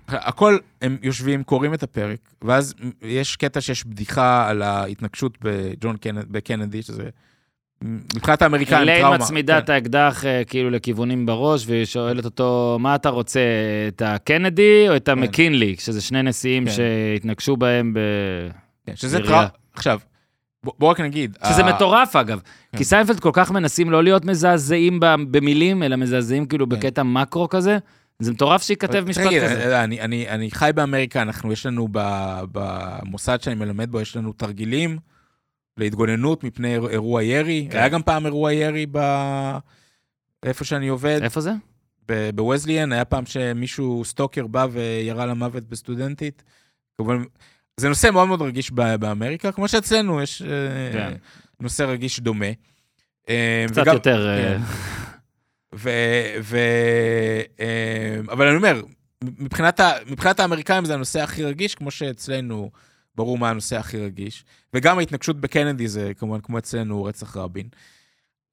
Speaker 2: הכל, הם יושבים, קוראים את הפרק, ואז יש קטע שיש בדיחה על ההתנגשות בג'ון קנד, בקנדי, שזה מבחינת האמריקאים
Speaker 1: ליין
Speaker 2: טראומה. כן,
Speaker 1: מצמידה את האקדח אה, כאילו לכיוונים בראש, והיא שואלת אותו, מה אתה רוצה, את הקנדי או את המקינלי? שזה שני נשיאים
Speaker 2: כן.
Speaker 1: שהתנגשו בהם ב...
Speaker 2: כן, שזה
Speaker 1: ירייה.
Speaker 2: טראומה. עכשיו, בוא, בוא רק נגיד.
Speaker 1: שזה
Speaker 2: ה-
Speaker 1: מטורף, אגב.
Speaker 2: אה. כן.
Speaker 1: כי סיינפלד כל כך מנסים לא להיות מזעזעים ב- במילים, אלא מזעזעים כאילו
Speaker 2: כן. אה,
Speaker 1: בקטע מקרו כזה. זה מטורף שייכתב משפט
Speaker 2: תגיד,
Speaker 1: כזה.
Speaker 2: אני, אני, אני חי באמריקה, אנחנו, יש לנו ב- במוסד שאני מלמד בו, יש לנו תרגילים להתגוננות מפני אירוע- אירוע ירי.
Speaker 1: כן.
Speaker 2: היה גם פעם אירוע ירי ב... איפה שאני עובד,
Speaker 1: איפה זה?
Speaker 2: ב- בווזליאן, היה פעם שמישהו, סטוקר, בא וירה למוות בסטודנטית. כמובן, זה נושא מאוד מאוד רגיש ב- באמריקה, כמו שאצלנו יש אה,
Speaker 1: כן.
Speaker 2: נושא רגיש דומה. אה,
Speaker 1: קצת
Speaker 2: וגם-
Speaker 1: יותר... אה,
Speaker 2: כן. ו... ו... אמ, אבל אני אומר, מבחינת, ה... מבחינת האמריקאים זה הנושא הכי רגיש, כמו שאצלנו ברור מה הנושא הכי רגיש. וגם ההתנגשות בקנדי זה כמובן, כמו אצלנו, רצח רבין.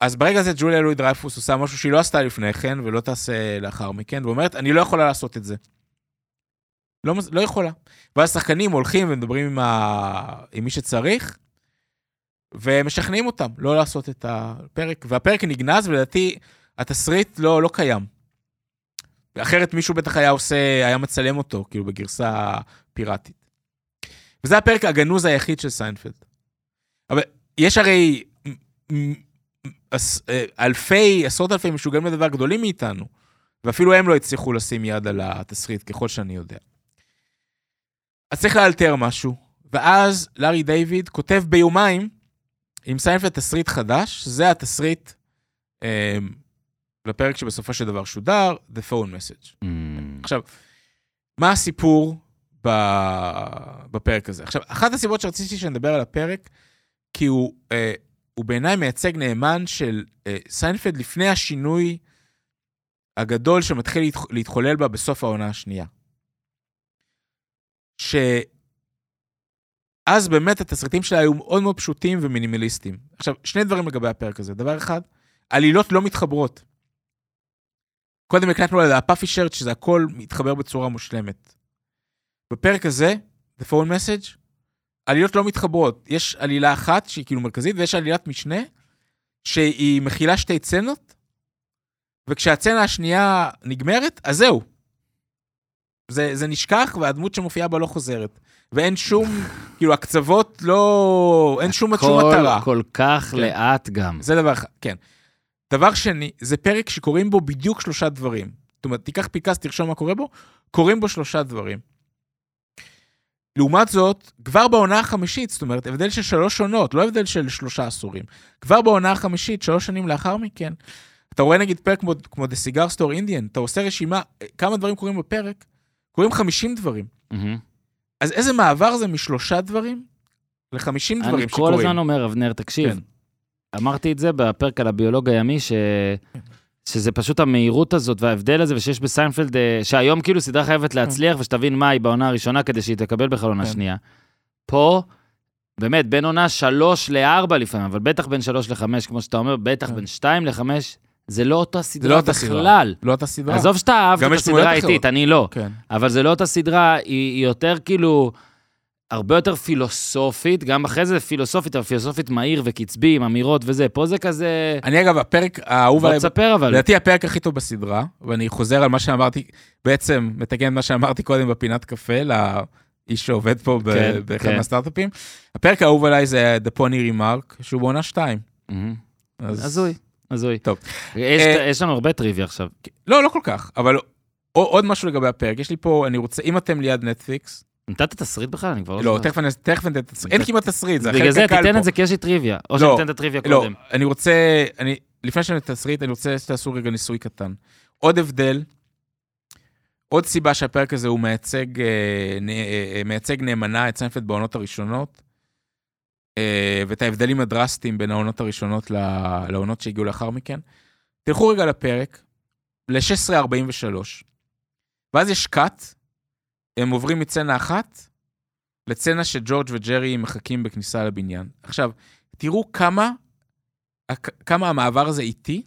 Speaker 2: אז ברגע הזה ג'וליה לואי דרייפוס עושה משהו שהיא לא עשתה לפני כן ולא תעשה לאחר מכן, ואומרת, אני לא יכולה לעשות את זה. לא, מס- לא יכולה. ואז שחקנים הולכים ומדברים עם, ה... עם מי שצריך, ומשכנעים אותם לא לעשות את הפרק. והפרק נגנז, ולדעתי התסריט לא, לא קיים. אחרת מישהו בטח היה עושה, היה מצלם אותו, כאילו בגרסה פיראטית. וזה הפרק הגנוז היחיד של סיינפלד. אבל יש הרי מ- מ- אס- אה, אלפי, עשרות אלפי משוגעים לדבר גדולים מאיתנו, ואפילו הם לא הצליחו לשים יד על התסריט, ככל שאני יודע. אז צריך לאלתר משהו, ואז לארי דיוויד כותב ביומיים עם סיינפלד תסריט חדש, זה התסריט אה, לפרק שבסופו של דבר שודר, The Phone Message. עכשיו, מה הסיפור ב... בפרק הזה? עכשיו, אחת הסיבות שרציתי שנדבר על הפרק, כי הוא, אה, הוא בעיניי מייצג נאמן של אה, סיינפלד לפני השינוי הגדול שמתחיל להתח... להתחולל בה בסוף העונה השנייה. שאז באמת התסריטים שלה היו מאוד מאוד פשוטים ומינימליסטיים. עכשיו, שני דברים לגבי הפרק הזה. דבר אחד, עלילות לא מתחברות. קודם הקלטנו על הפאפי שרט, שזה הכל מתחבר בצורה מושלמת. בפרק הזה, The Phone Message, עלילות לא מתחברות. יש עלילה אחת שהיא כאילו מרכזית, ויש עלילת משנה, שהיא מכילה שתי צנות, וכשהצנה השנייה נגמרת, אז זהו. זה, זה נשכח, והדמות שמופיעה בה לא חוזרת. ואין שום, כאילו, הקצוות לא... אין שום, שום
Speaker 1: כל-
Speaker 2: מטרה.
Speaker 1: כל כך
Speaker 2: כן.
Speaker 1: לאט גם.
Speaker 2: זה דבר אחד, כן. דבר שני, זה פרק שקוראים בו בדיוק שלושה דברים. זאת אומרת, תיקח פיקס, תרשום מה קורה בו, קוראים בו שלושה דברים. לעומת זאת, כבר בעונה החמישית, זאת אומרת, הבדל של שלוש עונות, לא הבדל של שלושה עשורים. כבר בעונה החמישית, שלוש שנים לאחר מכן, אתה רואה נגיד פרק כמו, כמו The Cigar Store Indian, אתה עושה רשימה, אה, כמה דברים קורים בפרק, קורים 50 דברים.
Speaker 1: מהמם.
Speaker 2: אז איזה מעבר זה משלושה דברים ל-50
Speaker 1: אני
Speaker 2: דברים
Speaker 1: כל
Speaker 2: שקורים?
Speaker 1: הזמן אומר, אבנר, תקשיב,
Speaker 2: כן.
Speaker 1: אמרתי את זה בפרק על הביולוג הימי, ש... שזה פשוט המהירות הזאת וההבדל הזה, ושיש בסיינפלד, אה, שהיום כאילו סדרה חייבת להצליח, ושתבין מה היא בעונה הראשונה כדי שהיא תקבל בכלל עונה
Speaker 2: כן.
Speaker 1: שנייה. פה, באמת, בין עונה שלוש לארבע לפעמים, אבל בטח בין שלוש לחמש, כמו שאתה אומר, בטח
Speaker 2: כן.
Speaker 1: בין שתיים לחמש, זה לא אותה
Speaker 2: לא
Speaker 1: סדרה
Speaker 2: אותה סדרה.
Speaker 1: בכלל.
Speaker 2: לא את הסדרה.
Speaker 1: עזוב שאתה אהבת
Speaker 2: גם
Speaker 1: את
Speaker 2: יש דמויות
Speaker 1: הסדרה
Speaker 2: אחרות.
Speaker 1: האיטית, אני לא.
Speaker 2: כן.
Speaker 1: אבל זה לא אותה סדרה, היא, היא יותר כאילו, הרבה יותר פילוסופית, גם אחרי זה פילוסופית, אבל פילוסופית מהיר וקצבי, עם אמירות וזה. פה זה כזה...
Speaker 2: אני אגב, הפרק האהוב
Speaker 1: לא
Speaker 2: עליי,
Speaker 1: תספר אבל.
Speaker 2: לדעתי הפרק הכי טוב בסדרה, ואני חוזר על מה שאמרתי, בעצם מתקן את מה שאמרתי קודם בפינת קפה, לאיש שעובד פה ב-
Speaker 1: כן,
Speaker 2: באחד
Speaker 1: כן.
Speaker 2: מהסטארט-אפים. הפרק האהוב עליי זה The Pony Remark, שהוא בעונה 2.
Speaker 1: מהמם. הזוי, הזוי.
Speaker 2: טוב.
Speaker 1: יש,
Speaker 2: אה,
Speaker 1: יש לנו הרבה טריוויה עכשיו.
Speaker 2: לא, לא כל כך, אבל או- עוד משהו לגבי הפרק, יש לי פה, אני רוצה, אם אתם ליד נטפליקס,
Speaker 1: נתת תסריט בכלל? אני כבר לא
Speaker 2: לא,
Speaker 1: זוכר.
Speaker 2: תכף אני- תכף נתן תסריט, אין כמעט תסריט, זה
Speaker 1: בגלל
Speaker 2: החלק
Speaker 1: זה
Speaker 2: הקל
Speaker 1: תיתן
Speaker 2: פה.
Speaker 1: את זה כי יש לי טריוויה. או
Speaker 2: לא,
Speaker 1: שניתן את הטריוויה
Speaker 2: לא,
Speaker 1: קודם.
Speaker 2: אני רוצה, אני, לפני שאני תסריט, אני רוצה שתעשו רגע ניסוי קטן. עוד הבדל, עוד סיבה שהפרק הזה הוא מייצג, אה, נ- אה, אה, מייצג נאמנה את סיינפלד בעונות הראשונות, אה, ואת ההבדלים הדרסטיים בין העונות הראשונות ל- לעונות שהגיעו לאחר מכן. תלכו רגע לפרק, ל-1643, ואז יש קאט, הם עוברים מצצנה אחת לצצנה שג'ורג' וג'רי מחכים בכניסה לבניין. עכשיו, תראו כמה, הכ- כמה המעבר הזה איטי,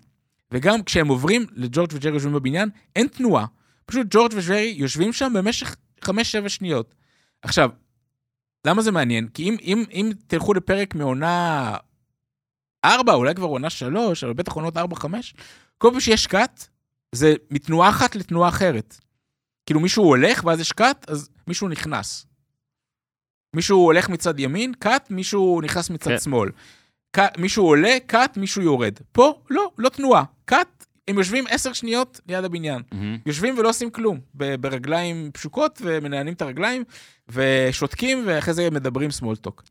Speaker 2: וגם כשהם עוברים לג'ורג' וג'רי יושבים בבניין, אין תנועה. פשוט ג'ורג' וג'רי יושבים שם במשך 5-7 שניות. עכשיו, למה זה מעניין? כי אם, אם, אם תלכו לפרק מעונה 4, אולי כבר עונה 3, אבל בטח עונות 4-5, כל פעם שיש קאט, זה מתנועה אחת לתנועה אחרת. כאילו מישהו הולך ואז יש קאט, אז מישהו נכנס. מישהו הולך מצד ימין, קאט, מישהו נכנס מצד
Speaker 1: כן.
Speaker 2: שמאל. ק- מישהו עולה, קאט, מישהו יורד. פה, לא, לא תנועה. קאט, הם יושבים עשר שניות ליד הבניין.
Speaker 1: מהמם.
Speaker 2: יושבים ולא עושים כלום, ב- ברגליים פשוקות ומנענים את הרגליים ושותקים ואחרי זה מדברים סמולטוק.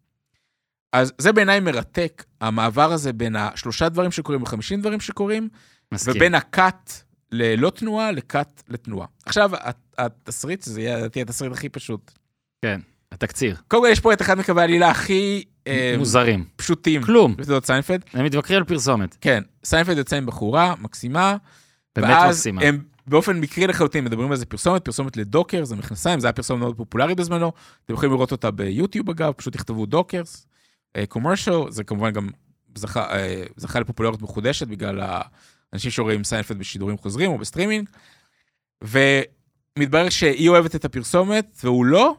Speaker 2: אז זה בעיניי מרתק, המעבר הזה בין השלושה דברים שקורים וחמישים דברים שקורים,
Speaker 1: מסכים.
Speaker 2: ובין הקאט ללא תנועה לקאט לתנועה. עכשיו, הת- התסריט, זה יהיה לדעתי התסריט הכי פשוט.
Speaker 1: התקציר.
Speaker 2: קודם כל יש פה את אחד מקווי העלילה הכי אה,
Speaker 1: מוזרים.
Speaker 2: פשוטים.
Speaker 1: כלום.
Speaker 2: בתולדות סיינפלד.
Speaker 1: הם מתווכחים על פרסומת.
Speaker 2: כן, סיינפלד יוצא עם בחורה מקסימה,
Speaker 1: באמת לא
Speaker 2: ואז
Speaker 1: מקסימה.
Speaker 2: הם באופן מקרי לחלוטין מדברים על זה פרסומת, פרסומת לדוקר, זה מכנסיים, זה היה פרסומת מאוד פופולרית בזמנו, אתם יכולים לראות אותה ביוטיוב אגב, פשוט תכתבו דוקרס, קומרשל, זה כמובן גם זכה, אה, זכה לפופולריות מחודשת בגלל האנשים שרואים סיינפלד בשידורים חוזרים או בסטרימינג, ומתברר שהיא אוהבת את הפרסומת והוא לא,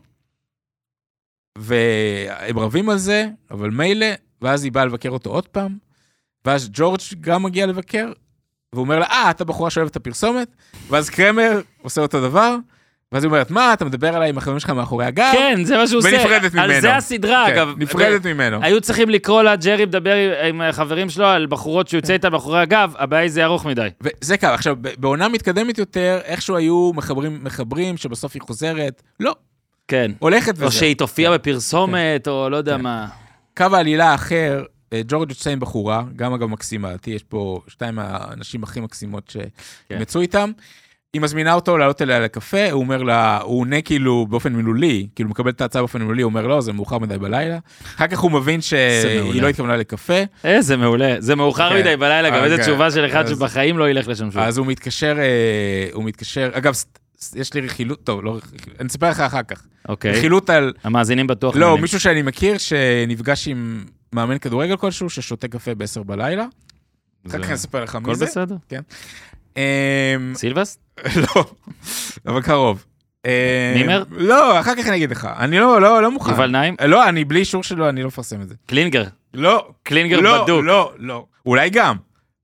Speaker 2: והם רבים על זה, אבל מילא, ואז היא באה לבקר אותו עוד פעם, ואז ג'ורג' גם מגיע לבקר, והוא אומר לה, אה, אתה בחורה שאוהבת את הפרסומת? ואז קרמר עושה אותו דבר, ואז היא אומרת, מה, אתה מדבר עליי עם החברים שלך מאחורי הגב?
Speaker 1: כן, זה מה שהוא עושה.
Speaker 2: ונפרדת
Speaker 1: על
Speaker 2: ממנו.
Speaker 1: זה הסדרה,
Speaker 2: כן,
Speaker 1: אגב.
Speaker 2: נפרדת ממנו.
Speaker 1: היו צריכים לקרוא לה, ג'רי מדבר עם החברים שלו על בחורות שהוא יוצא איתן מאחורי הגב, הבעיה היא זה ארוך מדי.
Speaker 2: וזה קרה. עכשיו, ב- בעונה מתקדמת יותר, איכשהו היו מחברים, מחברים שבסוף היא חוזרת. לא,
Speaker 1: כן.
Speaker 2: הולכת וזה.
Speaker 1: או שהיא תופיע בפרסומת, או לא יודע מה.
Speaker 2: קו העלילה האחר, אה, ג'ורג' יוצא עם בחורה, גם אגב מקסימה, לדעתי יש פה שתיים מהנשים הכי מקסימות
Speaker 1: כן.
Speaker 2: שמצאו איתם. היא מזמינה אותו לעלות אליה לקפה, הוא אומר לה, הוא עונה כאילו באופן מילולי, כאילו הוא מקבל את ההצעה באופן מילולי, הוא אומר לא, זה מאוחר מדי בלילה. אחר כך הוא מבין
Speaker 1: מעולה.
Speaker 2: שהיא לא התכוונה לקפה,
Speaker 1: איזה מעולה. אה, זה מאוחר
Speaker 2: כן.
Speaker 1: מדי בלילה, גם
Speaker 2: אה,
Speaker 1: איזה
Speaker 2: כן.
Speaker 1: תשובה של אחד
Speaker 2: אז-
Speaker 1: שבחיים לא ילך לשם שוב.
Speaker 2: אז הוא מתקשר, אה, הוא מתקשר, אגב, ס- ס- יש לי רכילות, טוב, לא רכילות, אני אספר לך אחר כך.
Speaker 1: אוקיי.
Speaker 2: רכילות על,
Speaker 1: המאזינים בטוח.
Speaker 2: לא,
Speaker 1: מבינים.
Speaker 2: מישהו שאני מכיר שנפגש עם מאמן כדורגל כלשהו ששותה קפה ב-10 בלילה.
Speaker 1: זה-
Speaker 2: אחר כך אני אספר לך
Speaker 1: הכל
Speaker 2: מי כן, זה.
Speaker 1: בסדר.
Speaker 2: אמ,
Speaker 1: סילבס?
Speaker 2: לא, אבל קרוב. אמ,
Speaker 1: נימר?
Speaker 2: לא, אחר כך אני אגיד לך. אני לא, לא, לא מוכן.
Speaker 1: יובל נעים?
Speaker 2: לא, אני בלי אישור שלו, אני לא מפרסם את זה.
Speaker 1: קלינגר.
Speaker 2: לא,
Speaker 1: קלינגר
Speaker 2: לא,
Speaker 1: בדוק.
Speaker 2: לא, לא. אולי גם.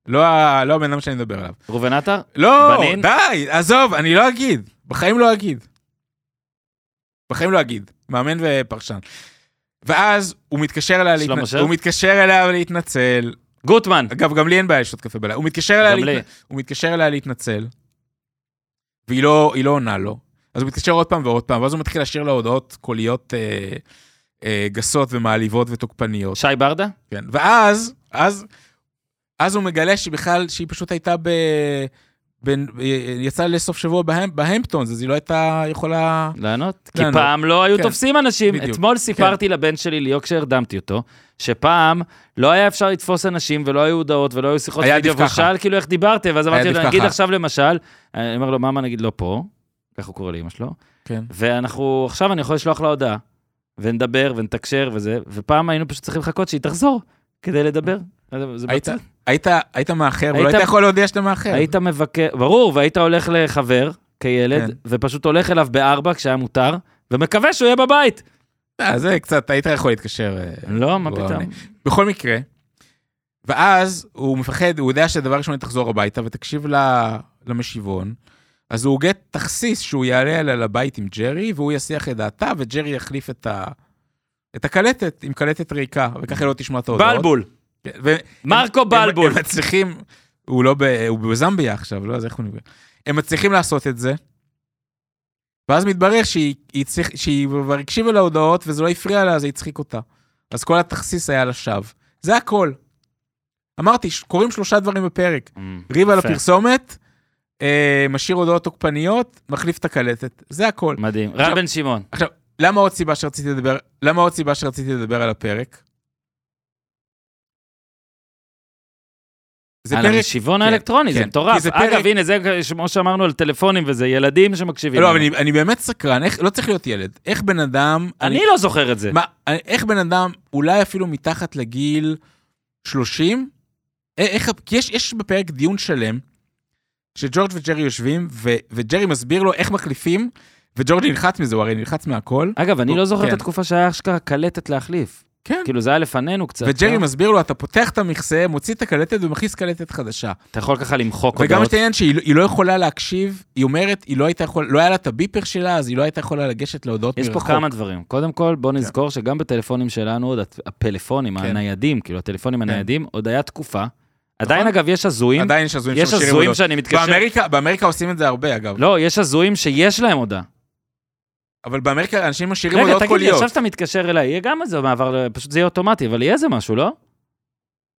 Speaker 2: לא ה- לא הבן אדם שאני מדבר עליו.
Speaker 1: ראובן עטר?
Speaker 2: לא,
Speaker 1: בנין?
Speaker 2: די, עזוב, אני לא אגיד. בחיים לא אגיד. בחיים לא אגיד. מאמן ופרשן. ואז הוא מתקשר אליה,
Speaker 1: שלמה
Speaker 2: להתנ-
Speaker 1: שרף?
Speaker 2: הוא מתקשר אליה להתנצל.
Speaker 1: גוטמן.
Speaker 2: אגב, גם לי אין בעיה לשתות קפה בלילה. הוא מתקשר אליה,
Speaker 1: גם לי.
Speaker 2: להתנ... הוא מתקשר אליה להתנצל, והיא לא, היא לא עונה לו. אז הוא מתקשר עוד פעם ועוד פעם, ואז הוא מתחיל להשאיר לה הודעות קוליות אה, אה, גסות ומעליבות ותוקפניות.
Speaker 1: שי ברדה?
Speaker 2: כן. ואז, אז, אז הוא מגלה שבכלל, שהיא פשוט הייתה ב... ב... יצאה לסוף שבוע בהמ... בהמפטונס, אז היא לא הייתה יכולה...
Speaker 1: לענות? כי
Speaker 2: לענות.
Speaker 1: פעם לא היו
Speaker 2: כן.
Speaker 1: תופסים אנשים.
Speaker 2: בדיוק. כן.
Speaker 1: אתמול סיפרתי לבן שלי, ליאו, כשהרדמתי אותו, שפעם לא היה אפשר לתפוס אנשים ולא היו הודעות ולא היו שיחות
Speaker 2: היה
Speaker 1: וידאו,
Speaker 2: עדיף
Speaker 1: והוא
Speaker 2: ככה.
Speaker 1: שאל כאילו איך דיברתם, ואז אמרתי לו,
Speaker 2: עדיף
Speaker 1: נגיד
Speaker 2: ככה.
Speaker 1: עכשיו למשל, אני אומר לו, מאמא נגיד לא פה, ככה הוא קורא לאמא שלו,
Speaker 2: כן.
Speaker 1: ואנחנו, עכשיו אני יכול לשלוח לה הודעה, ונדבר ונתקשר וזה, ופעם היינו פשוט צריכים לחכות שהיא תחזור כדי לדבר. זה
Speaker 2: היית,
Speaker 1: בצד.
Speaker 2: היית, היית מאחר,
Speaker 1: היית-
Speaker 2: ולא היית יכול לא להודיע שאתה מאחר.
Speaker 1: היית מבקר, ברור, והיית הולך לחבר כילד,
Speaker 2: כן.
Speaker 1: ופשוט הולך אליו בארבע כשהיה מותר, ומקווה שהוא יהיה בבית.
Speaker 2: אה, זה קצת, היית יכול להתקשר. אה,
Speaker 1: לא, מה
Speaker 2: הוא
Speaker 1: פתאום.
Speaker 2: עונה. בכל מקרה, ואז הוא מפחד, הוא יודע שדבר ראשון היא תחזור הביתה ותקשיב ל- למשיבון, אז הוא הוגה תכסיס שהוא יעלה אליה לבית עם ג'רי, והוא יסיח את דעתה, וג'רי יחליף את, ה... את הקלטת עם קלטת ריקה, וככה היא לא תשמע את ההודעות.
Speaker 1: בלבול,
Speaker 2: ו-
Speaker 1: מרקו
Speaker 2: הם-
Speaker 1: בלבול.
Speaker 2: הם מצליחים, הוא לא ב... הוא בזמביה עכשיו, לא? אז איך הוא נפגע? הם מצליחים לעשות את זה, ואז מתברר שהיא, היא צריך, שהיא כבר הקשיבה להודעות, וזה לא הפריע לה, אז זה הצחיק אותה. אז כל התכסיס היה לשווא. זה הכל. אמרתי, ש- קורים שלושה דברים בפרק. ריב על
Speaker 1: יפה.
Speaker 2: הפרסומת, אה, משאיר הודעות תוקפניות, מחליף את הקלטת. זה הכל.
Speaker 1: מדהים. רן
Speaker 2: עכשיו-
Speaker 1: בן שמעון.
Speaker 2: עכשיו, למה עוד סיבה שרציתי לדבר, למה עוד סיבה שרציתי לדבר על הפרק? זה
Speaker 1: על
Speaker 2: פרק...
Speaker 1: המשיבון
Speaker 2: כן,
Speaker 1: האלקטרוני, זה
Speaker 2: כן. כי
Speaker 1: מטורף.
Speaker 2: זה
Speaker 1: אגב,
Speaker 2: פרק-
Speaker 1: הנה, זה כמו שאמרנו על טלפונים וזה, ילדים שמקשיבים.
Speaker 2: לא,
Speaker 1: לנו.
Speaker 2: אבל אני, אני באמת סקרן, איך, לא צריך להיות ילד. איך בן אדם...
Speaker 1: אני לא זוכר את זה.
Speaker 2: מה, איך בן אדם, אולי אפילו מתחת לגיל 30, א- איך... כי יש, יש בפרק דיון שלם, שג'ורג' וג'רי יושבים, ו, וג'רי מסביר לו איך מחליפים, וג'ורג' נלחץ מזה, הוא הרי נלחץ מהכל.
Speaker 1: אגב, אני לא זוכר את
Speaker 2: כן.
Speaker 1: התקופה שהיה אשכרה קלטת להחליף.
Speaker 2: כן.
Speaker 1: כאילו, זה היה לפנינו קצת.
Speaker 2: וג'רי
Speaker 1: לא?
Speaker 2: מסביר לו, אתה פותח את המכסה, מוציא את הקלטת ומכניס קלטת חדשה.
Speaker 1: אתה יכול ככה למחוק
Speaker 2: וגם יש
Speaker 1: הודעות.
Speaker 2: את העניין שהיא לא- היא לא יכולה להקשיב, היא אומרת, היא לא הייתה יכולה, לא היה לה את הביפר שלה, אז היא לא הייתה יכולה לגשת להודעות
Speaker 1: יש
Speaker 2: מרחוק.
Speaker 1: פה כמה דברים. קודם כל, בוא נזכור שגם בטלפונים שלנו, עוד הט- הפלאפונים,
Speaker 2: כן.
Speaker 1: הניידים, כאילו, הטלפונים
Speaker 2: כן. נכון.
Speaker 1: הניידים, עוד היה תקופה. עדיין, אגב, יש הזויים.
Speaker 2: עדיין לא. יש הזויים
Speaker 1: יש
Speaker 2: שמשאירים
Speaker 1: הזויים
Speaker 2: הודעות.
Speaker 1: שאני מתקשר...
Speaker 2: באמריקה, באמריקה עושים את זה הרבה, אגב.
Speaker 1: לא, יש הזויים שיש להם הודעה.
Speaker 2: אבל באמריקה אנשים משאירים
Speaker 1: רגע,
Speaker 2: הודעות
Speaker 1: תגיד לי,
Speaker 2: קוליות.
Speaker 1: עכשיו שאתה מתקשר אליי, יהיה גם איזה מעבר, ל- פשוט זה יהיה אוטומטי, אבל יהיה איזה משהו, לא?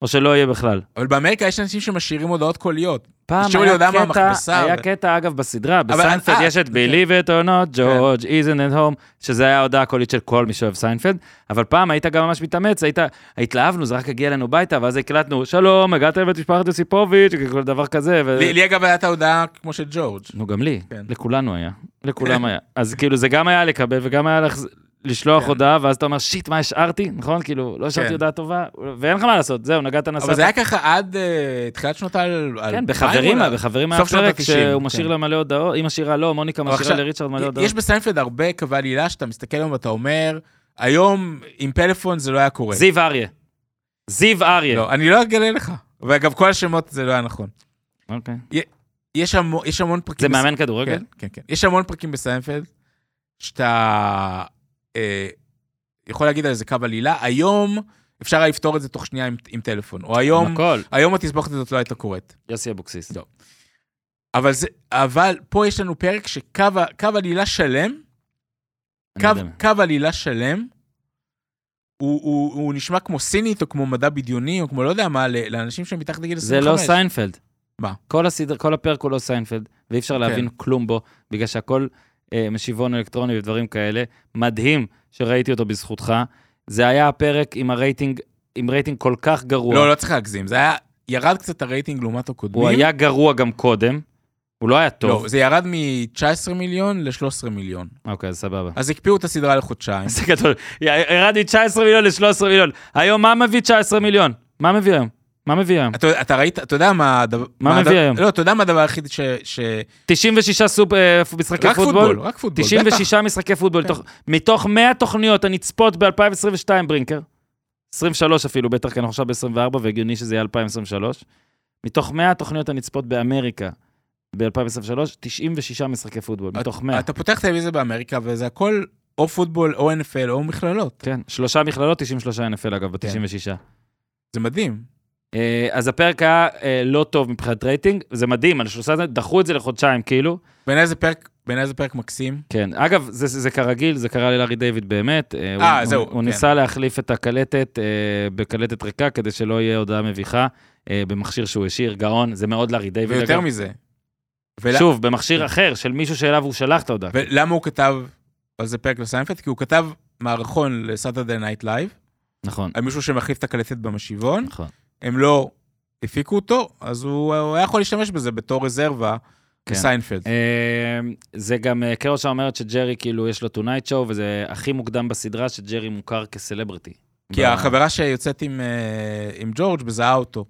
Speaker 1: או שלא יהיה בכלל.
Speaker 2: אבל באמריקה יש אנשים שמשאירים הודעות קוליות.
Speaker 1: פעם
Speaker 2: תשאירו לי
Speaker 1: היה
Speaker 2: הודעה
Speaker 1: קטע,
Speaker 2: מהמכבסה,
Speaker 1: היה
Speaker 2: ו-
Speaker 1: קטע, אגב, בסדרה, בסיינפלד
Speaker 2: אה,
Speaker 1: יש את
Speaker 2: כן.
Speaker 1: Believe it or not, George isn't at home, שזה היה ההודעה הקולית של כל מי שאוהב סיינפלד, אבל פעם היית גם ממש מתאמץ, היית, התלהבנו, זה רק הגיע אלינו הביתה, ואז הקלטנו, שלום, הגעת לבית משפחת יוסיפוביץ', כל דבר כזה. ו-
Speaker 2: לי, לי אגב הייתה הודעה כמו של ג'ורג'.
Speaker 1: נו, גם לי,
Speaker 2: כן.
Speaker 1: לכולנו היה, לכולם היה. אז כאילו, זה גם היה לקבל וגם היה לך לשלוח
Speaker 2: כן.
Speaker 1: הודעה, ואז אתה אומר, שיט, מה השארתי? נכון? כאילו, לא השארתי
Speaker 2: כן.
Speaker 1: הודעה טובה, ואין לך מה לעשות, זהו, נגעת נסעת.
Speaker 2: אבל זה היה ככה עד אה, תחילת שנות ה...
Speaker 1: כן, בחברים, בחברים היה
Speaker 2: סוף שנות
Speaker 1: פרק
Speaker 2: ה-תשעים,
Speaker 1: שהוא
Speaker 2: כן.
Speaker 1: משאיר לה מלא הודעות, היא משאירה לו, מוניקה
Speaker 2: אבל
Speaker 1: משאירה
Speaker 2: עכשיו,
Speaker 1: לריצ'רד מלא הודעות.
Speaker 2: יש בסיינפלד הרבה קווי עלילה שאתה מסתכל היום ואתה אומר, היום עם פלאפון זה לא היה קורה.
Speaker 1: זיו אריה. זיו אריה. כן.
Speaker 2: לא, אני לא אגלה לך. ואגב, כל השמות זה לא היה נכון.
Speaker 1: אוקיי.
Speaker 2: יש המו- יש המון
Speaker 1: זה
Speaker 2: פרקים... בס-
Speaker 1: מאמן כדורגל?
Speaker 2: כן, כן, כן. יש המון פרקים בסיינפלד, שאתה אה, יכול להגיד על איזה קו עלילה. היום אפשר היה לפתור את זה תוך שנייה עם, עם טלפון, או היום,
Speaker 1: הכל.
Speaker 2: היום התסבוכת הזאת לא הייתה קורית.
Speaker 1: יוסי אבוקסיס.
Speaker 2: לא. אבל, זה, אבל פה יש לנו פרק שקו ה- קו עלילה שלם,
Speaker 1: אני
Speaker 2: קו,
Speaker 1: יודע.
Speaker 2: קו עלילה שלם, הוא, הוא, הוא נשמע כמו סינית, או כמו מדע בדיוני, או כמו לא יודע מה, ל- לאנשים שהם מתחת לגיל 25.
Speaker 1: זה לא סיינפלד.
Speaker 2: מה? כן.
Speaker 1: כל, הסדר, כל הפרק הוא לא סיינפלד, ואי אפשר להבין כלום בו, בגלל שהכל אה, משיבון אלקטרוני ודברים כאלה. מדהים שראיתי אותו בזכותך. זה היה הפרק עם הרייטינג, עם רייטינג כל כך גרוע.
Speaker 2: לא, לא צריך להגזים. זה היה, ירד קצת הרייטינג לעומת הקודמים.
Speaker 1: הוא היה גרוע גם קודם, הוא לא היה טוב.
Speaker 2: לא, זה ירד מ-19 מיליון ל-13 מיליון.
Speaker 1: אוקיי, אז סבבה.
Speaker 2: אז הקפיאו את הסדרה לחודשיים.
Speaker 1: זה גדול. י- ירד מ-19 מיליון ל-13 מיליון. היום מה מביא 19 מיליון? מה מביא היום? מה מביא היום?
Speaker 2: אתה, אתה ראית, אתה יודע מה הדבר...
Speaker 1: מה מביא
Speaker 2: הדבר-
Speaker 1: היום?
Speaker 2: לא, אתה יודע מה הדבר היחיד ש... ש...
Speaker 1: 96 סופ... אה, פ- משחקי
Speaker 2: רק פוטבול,
Speaker 1: פוטבול?
Speaker 2: רק פוטבול. בטח.
Speaker 1: 96 משחקי פוטבול.
Speaker 2: כן.
Speaker 1: תוך- מתוך 100 תוכניות הנצפות ב-2022, ברינקר. 23 אפילו, בטח, כי אנחנו עכשיו ב-24, והגיוני שזה יהיה 2023. מתוך 100 התוכניות הנצפות באמריקה ב-2023, 96 משחקי פוטבול. מתוך 100.
Speaker 2: אתה פותח טלוויזיה באמריקה, וזה הכל או פוטבול, או NFL, או מכללות.
Speaker 1: כן, שלושה מכללות, 93 NFL,
Speaker 2: כן.
Speaker 1: אגב, ב-96.
Speaker 2: זה מדהים.
Speaker 1: אה, אז הפרק היה אה, לא טוב מבחינת רייטינג, זה מדהים, על שלושה, דחו את זה לחודשיים, כאילו.
Speaker 2: בעיניי זה פרק, בעיניי זה פרק מקסים.
Speaker 1: כן, אגב, זה, זה, זה כרגיל, זה קרה ללארי דיוויד באמת.
Speaker 2: אה,
Speaker 1: הוא,
Speaker 2: זהו,
Speaker 1: הוא, הוא
Speaker 2: כן.
Speaker 1: ניסה להחליף את הקלטת אה, בקלטת ריקה, כדי שלא יהיה הודעה מביכה אה, במכשיר שהוא השאיר, גאון, זה מאוד לארי דיוויד.
Speaker 2: ויותר
Speaker 1: אגב.
Speaker 2: מזה. ולה- כן.
Speaker 1: שוב, במכשיר אחר, של מישהו שאליו הוא שלח את ההודעה.
Speaker 2: ולמה הוא כתב על זה פרק לסיינפלד? כי הוא כתב מערכון לסאטרדי נייט לייב,
Speaker 1: נכון,
Speaker 2: על מישהו שמחליף את הקלטת במשיבון,
Speaker 1: נכון.
Speaker 2: הם לא הפיקו אותו, אז הוא, הוא היה יכול להשתמש בזה בתור רזרבה
Speaker 1: כן.
Speaker 2: בסיינפלד.
Speaker 1: אה, זה גם, אה, קרושה אומרת שג'רי, כאילו, יש לו טונייט שואו, וזה הכי מוקדם בסדרה שג'רי מוכר כסלברטי.
Speaker 2: כי
Speaker 1: ב-
Speaker 2: החברה שיוצאת עם, אה, עם ג'ורג' מזהה אותו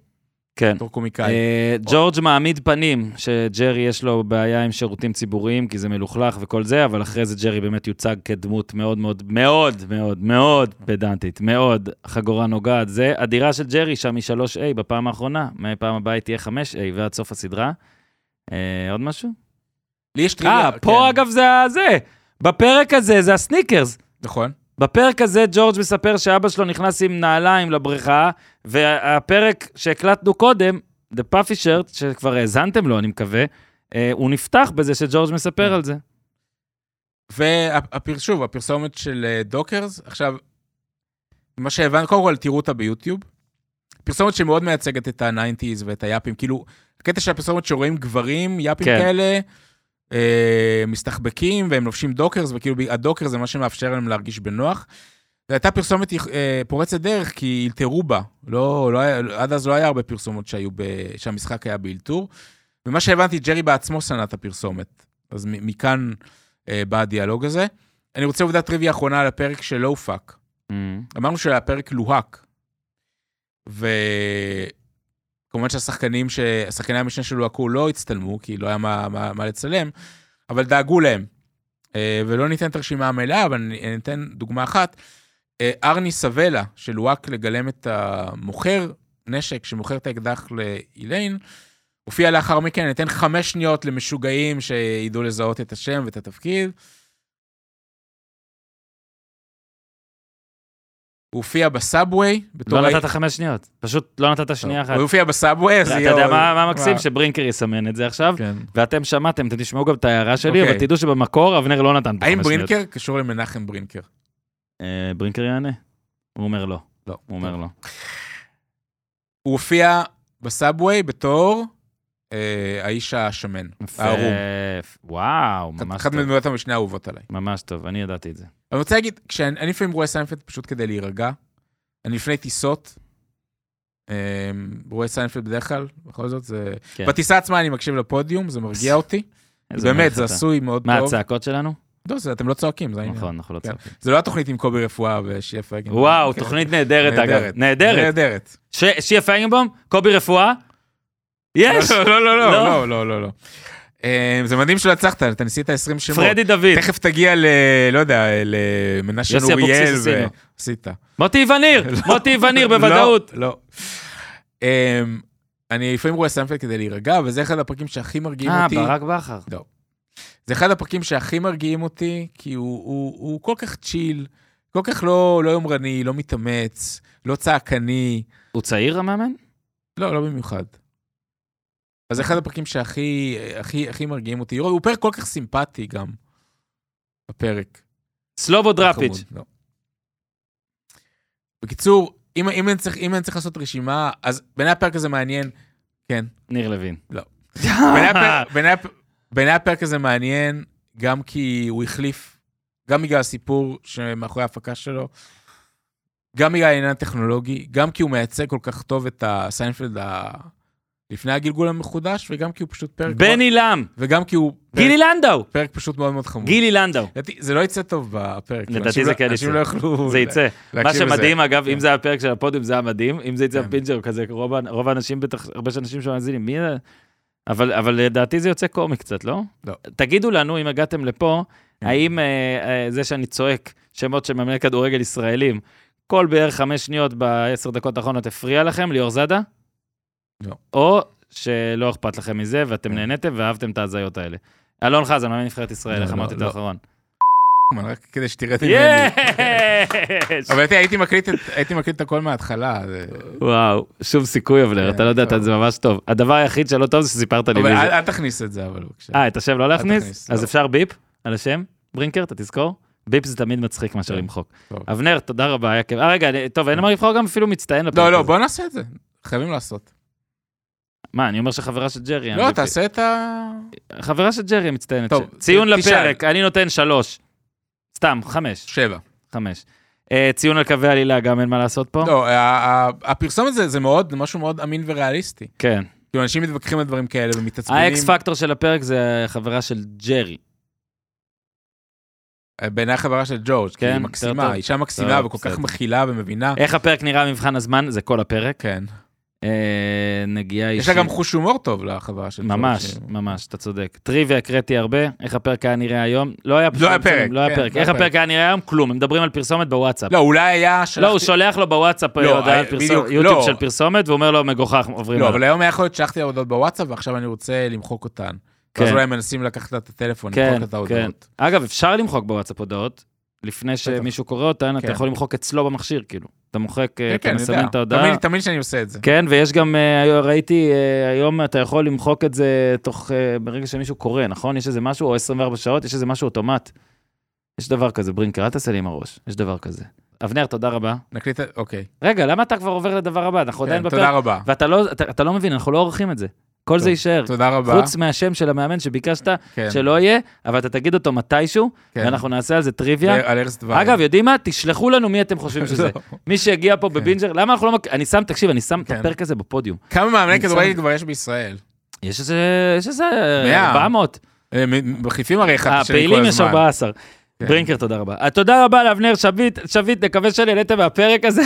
Speaker 1: כן.
Speaker 2: בתור קומיקאי.
Speaker 1: אה, ג'ורג' מעמיד פנים שג'רי יש לו בעיה עם שירותים ציבוריים, כי זה מלוכלך וכל זה, אבל אחרי זה ג'רי באמת יוצג כדמות מאוד מאוד מאוד מאוד מאוד פדנטית, מאוד חגורה נוגעת. זה הדירה של ג'רי שם היא 3A בפעם האחרונה, מהפעם הבאה היא תהיה 5A ועד סוף הסדרה. אה, עוד משהו?
Speaker 2: לי יש טריוויה.
Speaker 1: אה, פה
Speaker 2: כן,
Speaker 1: אגב זה ה- זה, בפרק הזה זה הסניקרס.
Speaker 2: נכון.
Speaker 1: בפרק הזה ג'ורג' מספר שאבא שלו נכנס עם נעליים לבריכה, והפרק שהקלטנו קודם, The Puffy Shirt, שכבר האזנתם לו, אני מקווה, אה, הוא נפתח בזה שג'ורג' מספר על זה.
Speaker 2: Mm. ושוב, הפרסומת של אה, דוקרס, עכשיו, מה שהבנו, קודם כל תראו אותה ביוטיוב. פרסומת שמאוד מייצגת את ה-90's ואת היאפים, כאילו, הקטע של הפרסומת שרואים גברים, יאפים
Speaker 1: כן.
Speaker 2: כאלה, אה, מסתחבקים והם לובשים דוקרס, וכאילו ב- הדוקר זה מה שמאפשר להם להרגיש בנוח. זו הייתה פרסומת אה, פורצת דרך, כי אלתרו בה. לא, לא היה, עד אז לא היה הרבה פרסומות שהיו ב... שהמשחק היה באלתור. ומה שהבנתי, ג'רי בעצמו שנא את הפרסומת. אז מ- מכאן אה, בא הדיאלוג הזה. אני רוצה עובדת טריוויה אחרונה על הפרק של לואו פאק. אמרנו שהפרק לוהק. וכמובן שהשחקנים, ש... שחקני המשנה של לוהקו לא הצטלמו, כי לא היה מה, מה, מה לצלם, אבל דאגו להם. אה, ולא ניתן את הרשימה המלאה, אבל אני- אני אתן דוגמה אחת. אה, ארני סבלה, שלוהק לגלם את המוכר נשק שמוכר את האקדח לאיליין, הופיע לאחר מכן, אני אתן חמש שניות למשוגעים שידעו לזהות את השם ואת התפקיד. הוא הופיע בסאבווי, בתור...
Speaker 1: לא
Speaker 2: ה-
Speaker 1: נתת חמש שניות, פשוט לא נתת שנייה אחת.
Speaker 2: הוא הופיע בסאבווי, אז
Speaker 1: אתה
Speaker 2: יהיה...
Speaker 1: יודע
Speaker 2: עוד-
Speaker 1: מה מה מקסים? שברינקר יסמן את זה עכשיו,
Speaker 2: כן.
Speaker 1: ואתם שמעתם, אתם תשמעו גם את ההערה שלי,
Speaker 2: אוקיי.
Speaker 1: אבל תדעו שבמקור אבנר לא נתן פה
Speaker 2: האם
Speaker 1: חמש שניות.
Speaker 2: ברינקר קשור למנחם ברינקר?
Speaker 1: אה, ברינקר יענה? הוא אומר לא,
Speaker 2: לא.
Speaker 1: הוא אומר לא.
Speaker 2: הוא הופיע בסאבווי בתור אה, האיש השמן, הערום.
Speaker 1: יפה. וואו,
Speaker 2: אחת-
Speaker 1: ממש
Speaker 2: אחת
Speaker 1: טוב.
Speaker 2: מדמויות המשנה האהובות עליי.
Speaker 1: ממש טוב, אני ידעתי את זה.
Speaker 2: אני רוצה להגיד, כשאני אני לפעמים רואה סיינפלד פשוט כדי להירגע. אני לפני טיסות, אה, רואה סיינפלד בדרך כלל, בכל זאת זה...
Speaker 1: כן.
Speaker 2: בטיסה עצמה אני מקשיב לפודיום, זה מרגיע אותי.
Speaker 1: איזה
Speaker 2: באמת,
Speaker 1: מלך
Speaker 2: זה
Speaker 1: אתה.
Speaker 2: עשוי מאוד
Speaker 1: מה
Speaker 2: טוב.
Speaker 1: הצעקות שלנו?
Speaker 2: לא, זה- אתם לא צועקים, זה העניין.
Speaker 1: נכון, אנחנו לא
Speaker 2: כן.
Speaker 1: צועקים.
Speaker 2: זה לא התוכנית עם קובי רפואה ושיהיה פרגן.
Speaker 1: וואו,
Speaker 2: כן.
Speaker 1: תוכנית נהדרת, אגב. נהדרת.
Speaker 2: נהדרת.
Speaker 1: ש- שיה פיינגבום? קובי רפואה? יש!
Speaker 2: לא, לא, לא,
Speaker 1: לא.
Speaker 2: לא, לא, לא, לא. אה, זה מדהים שלא הצלחת, אתה ניסית 20 שמות.
Speaker 1: פרדי דוד.
Speaker 2: תכף תגיע ל... לא יודע, למנשה
Speaker 1: יוסי אבוקסיס
Speaker 2: אוריאל. ו-
Speaker 1: עשינו.
Speaker 2: עשית.
Speaker 1: מוטי וניר! מוטי וניר בוודאות.
Speaker 2: לא, לא. אמ, אני לפעמים רואה סיינפלד כדי להירגע, וזה אחד הפרקים שהכי מרגיעים
Speaker 1: אה,
Speaker 2: אותי.
Speaker 1: ברק בכר.
Speaker 2: זה אחד הפרקים שהכי מרגיעים אותי, כי הוא, הוא, הוא כל כך צ'יל, כל כך לא, לא יומרני, לא מתאמץ, לא צעקני,
Speaker 1: הוא צעיר המאמן?
Speaker 2: לא, לא במיוחד. אז זה אחד הפרקים שהכי הכי, הכי מרגיעים אותי. הוא פרק כל כך סימפטי גם, הפרק.
Speaker 1: סלובו דראפיץ'.
Speaker 2: חמוד, לא. בקיצור, אם, אם, אני צריך, אם אני צריך לעשות רשימה, אז בעיני הפרק הזה מעניין, כן.
Speaker 1: ניר לוין.
Speaker 2: לא.
Speaker 1: אה.
Speaker 2: בעיני הפרק- בעיני הפ- בעיני הפרק הזה מעניין, גם כי הוא החליף, גם בגלל הסיפור שמאחורי ההפקה שלו, גם בגלל העניין הטכנולוגי, גם כי הוא מייצג כל כך טוב את הסיינפלד ה... לפני הגלגול המחודש, וגם כי הוא פשוט פרק... מאוד-
Speaker 1: בני לם.
Speaker 2: וגם כי הוא פרק,
Speaker 1: גילי לנדאו.
Speaker 2: פרק פשוט מאוד מאוד חמור.
Speaker 1: גילי לנדאו.
Speaker 2: לדעתי, זה לא יצא טוב בפרק.
Speaker 1: לדעתי
Speaker 2: אנשים
Speaker 1: זה
Speaker 2: לא-
Speaker 1: כן
Speaker 2: אנשים
Speaker 1: יצא.
Speaker 2: לא יוכלו...
Speaker 1: זה יצא. מה
Speaker 2: להקשיב לזה.
Speaker 1: שמדהים, אגב, אם
Speaker 2: כן.
Speaker 1: זה היה פרק של הפודיום, זה היה מדהים. אם זה יצא
Speaker 2: כן.
Speaker 1: פינג'ר, כזה, רוב ה- רוב האנשים, בטח, הרבה אנשים שמאזינים, מי... ה- אבל אבל לדעתי זה יוצא קומי קצת, לא?
Speaker 2: לא.
Speaker 1: תגידו לנו, אם הגעתם לפה,
Speaker 2: כן.
Speaker 1: האם אה, אה, זה שאני צועק שמות של מאמני כדורגל ישראלים, כל בערך חמש שניות בעשר דקות האחרונות הפריע לכם, ליאור זאדה?
Speaker 2: לא.
Speaker 1: או שלא אכפת לכם מזה, ואתם
Speaker 2: כן.
Speaker 1: נהניתם ואהבתם את ההזיות האלה. אלון חזן, מאמן נבחרת ישראל,
Speaker 2: לא,
Speaker 1: איך
Speaker 2: לא,
Speaker 1: אמרתי את
Speaker 2: לא.
Speaker 1: האחרון.
Speaker 2: רק כדי שתראה את
Speaker 1: יש!
Speaker 2: אבל תראה, הייתי מקליט את- הייתי מקליט את הכל מההתחלה. זה-
Speaker 1: וואו, שום סיכוי, אבנר,
Speaker 2: כן,
Speaker 1: אתה לא יודע, אתה-
Speaker 2: טוב.
Speaker 1: זה ממש טוב. הדבר היחיד שלא טוב זה שסיפרת לי
Speaker 2: אבל
Speaker 1: מזה.
Speaker 2: אל אל תכניס את זה, אבל בבקשה.
Speaker 1: אה, את השם לא להכניס?
Speaker 2: תכניס,
Speaker 1: אז
Speaker 2: לא.
Speaker 1: אפשר ביפ על השם? ברינקר, אתה תזכור? ביפ זה תמיד מצחיק מאשר
Speaker 2: כן,
Speaker 1: למחוק.
Speaker 2: טוב. כן.
Speaker 1: אבנר, תודה רבה, היה כיף. אה, רגע, אני- טוב, אין מה לבחור גם אפילו מצטיין לפרק
Speaker 2: לא, לא,
Speaker 1: הזה.
Speaker 2: בוא נעשה את זה. חייבים לעשות.
Speaker 1: מה, אני אומר שחברה של ג'רי.
Speaker 2: לא,
Speaker 1: MVP.
Speaker 2: תעשה את ה...
Speaker 1: חברה של ג'רי מצטיינת.
Speaker 2: טוב,
Speaker 1: ש- ציון
Speaker 2: ת- תשאל.
Speaker 1: לפרק, אני נותן שלוש. סתם, חמש.
Speaker 2: שבע.
Speaker 1: חמש. אה, ציון על קווי עלילה, גם אין מה לעשות פה?
Speaker 2: לא, ה- ה- הפרסומת זה זה מאוד, משהו מאוד אמין וריאליסטי.
Speaker 1: כן.
Speaker 2: כאילו, אנשים מתווכחים על דברים כאלה ומתעצבנים.
Speaker 1: האקס פקטור של הפרק זה חברה של ג'רי.
Speaker 2: אה, בעיני החברה של ג'ורג', כי
Speaker 1: כן,
Speaker 2: היא
Speaker 1: יותר טוב.
Speaker 2: מקסימה, אישה מקסימה
Speaker 1: טוב,
Speaker 2: וכל כך
Speaker 1: בסדר. אה,
Speaker 2: מכילה ומבינה.
Speaker 1: איך הפרק נראה במבחן הזמן? זה כל הפרק.
Speaker 2: כן.
Speaker 1: אה, נגיעה אישית.
Speaker 2: יש לה גם אוקיי. חוש הומור טוב לחברה של ג'ורג'. כאילו.
Speaker 1: ממש,
Speaker 2: שהיא-
Speaker 1: ממש, אתה צודק. טריוויה הקראתי הרבה, איך הפרק היה נראה היום? לא היה פשוט,
Speaker 2: היה פרק,
Speaker 1: לא היה
Speaker 2: כן,
Speaker 1: פרק.
Speaker 2: לא
Speaker 1: איך
Speaker 2: היה
Speaker 1: הפרק היה נראה היום? כלום, הם מדברים על פרסומת בוואטסאפ.
Speaker 2: לא, אולי היה...
Speaker 1: לא, הוא
Speaker 2: שלחתי-
Speaker 1: שולח לו בוואטסאפ
Speaker 2: לא,
Speaker 1: הודעה,
Speaker 2: אה,
Speaker 1: פרסום-
Speaker 2: בדיוק,
Speaker 1: יוטיוב
Speaker 2: לא.
Speaker 1: של פרסומת, והוא אומר לו, מגוחך, עוברים
Speaker 2: לא,
Speaker 1: עליו.
Speaker 2: אבל היום היה יכול להיות ששלחתי לה הודעות בוואטסאפ ועכשיו אני רוצה למחוק אותן.
Speaker 1: כן.
Speaker 2: ואז אולי הם מנסים לקחת לה את הטלפון,
Speaker 1: כן,
Speaker 2: למחוק את
Speaker 1: כן.
Speaker 2: ההודעות.
Speaker 1: אגב, אפשר למחוק בוואטסאפ הודעות, לפני שמישהו קורא אותן, אתה
Speaker 2: כן.
Speaker 1: יכול למחוק אצלו במכשיר, כאילו. אתה מוחק, אה,
Speaker 2: כן,
Speaker 1: אתה
Speaker 2: כן, אני יודע.
Speaker 1: מסמן את ההודעה.
Speaker 2: תמיד- תמיד שאני עושה את זה.
Speaker 1: כן, ויש גם, אה, היו- ראיתי, אה, היום אתה יכול למחוק את זה תוך, אה, ברגע שמישהו קורא, נכון? יש איזה משהו, או 24 שעות, יש איזה משהו אוטומט. יש דבר כזה, ברינקר, אל תעשה לי עם הראש, יש דבר כזה. אבנר, תודה רבה.
Speaker 2: נקליט, את- אוקיי.
Speaker 1: רגע, למה אתה כבר עובר לדבר הבא? אנחנו עדיין
Speaker 2: כן, תודה
Speaker 1: בפרק,
Speaker 2: רבה.
Speaker 1: ואתה לא, אתה, אתה לא מבין, אנחנו לא עורכים את זה. כל זה
Speaker 2: טוב,
Speaker 1: יישאר.
Speaker 2: תודה רבה.
Speaker 1: חוץ מהשם של המאמן שביקשת
Speaker 2: כן.
Speaker 1: שלא יהיה, אבל אתה תגיד אותו מתישהו,
Speaker 2: כן.
Speaker 1: ואנחנו נעשה על זה טריוויה.
Speaker 2: ו- על ארז דברי.
Speaker 1: אגב, יודעים מה? תשלחו לנו מי אתם חושבים שזה.
Speaker 2: לא.
Speaker 1: מי שיגיע פה בבינג'ר, למה אנחנו לא... מק- אני שם, תקשיב, אני שם את
Speaker 2: כן.
Speaker 1: הפרק הזה בפודיום.
Speaker 2: כמה מאמני
Speaker 1: נמצא-
Speaker 2: כדורגל כבר יש בישראל?
Speaker 1: יש איזה, יש איזה
Speaker 2: מאה.
Speaker 1: 400.
Speaker 2: אה, מ- מחליפים הרי אחד את השני כל הזמן.
Speaker 1: אה,
Speaker 2: כן.
Speaker 1: הפעילים יש 14. ברינקר, תודה רבה. אה, תודה רבה לאבנר שביט, שביט, נקווה שנהניתם מהפרק הזה.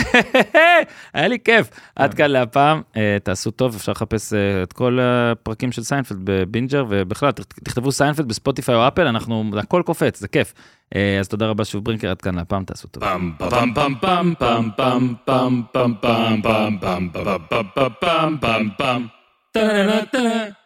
Speaker 1: היה לי כיף.
Speaker 2: כן.
Speaker 1: עד כאן להפעם, אה, תעשו טוב, אפשר לחפש אה, את כל הפרקים של סיינפלד בבינג'ר, ובכלל, ת- תכתבו סיינפלד בספוטיפיי או אפל, אנחנו, הכל קופץ, זה כיף. אה, אז תודה רבה שוב, ברינקר, עד כאן להפעם, תעשו טוב.
Speaker 3: Bum bum bum bum bum bum bum bum bum bum bum bum bum bum bum bum bum. Da da da da.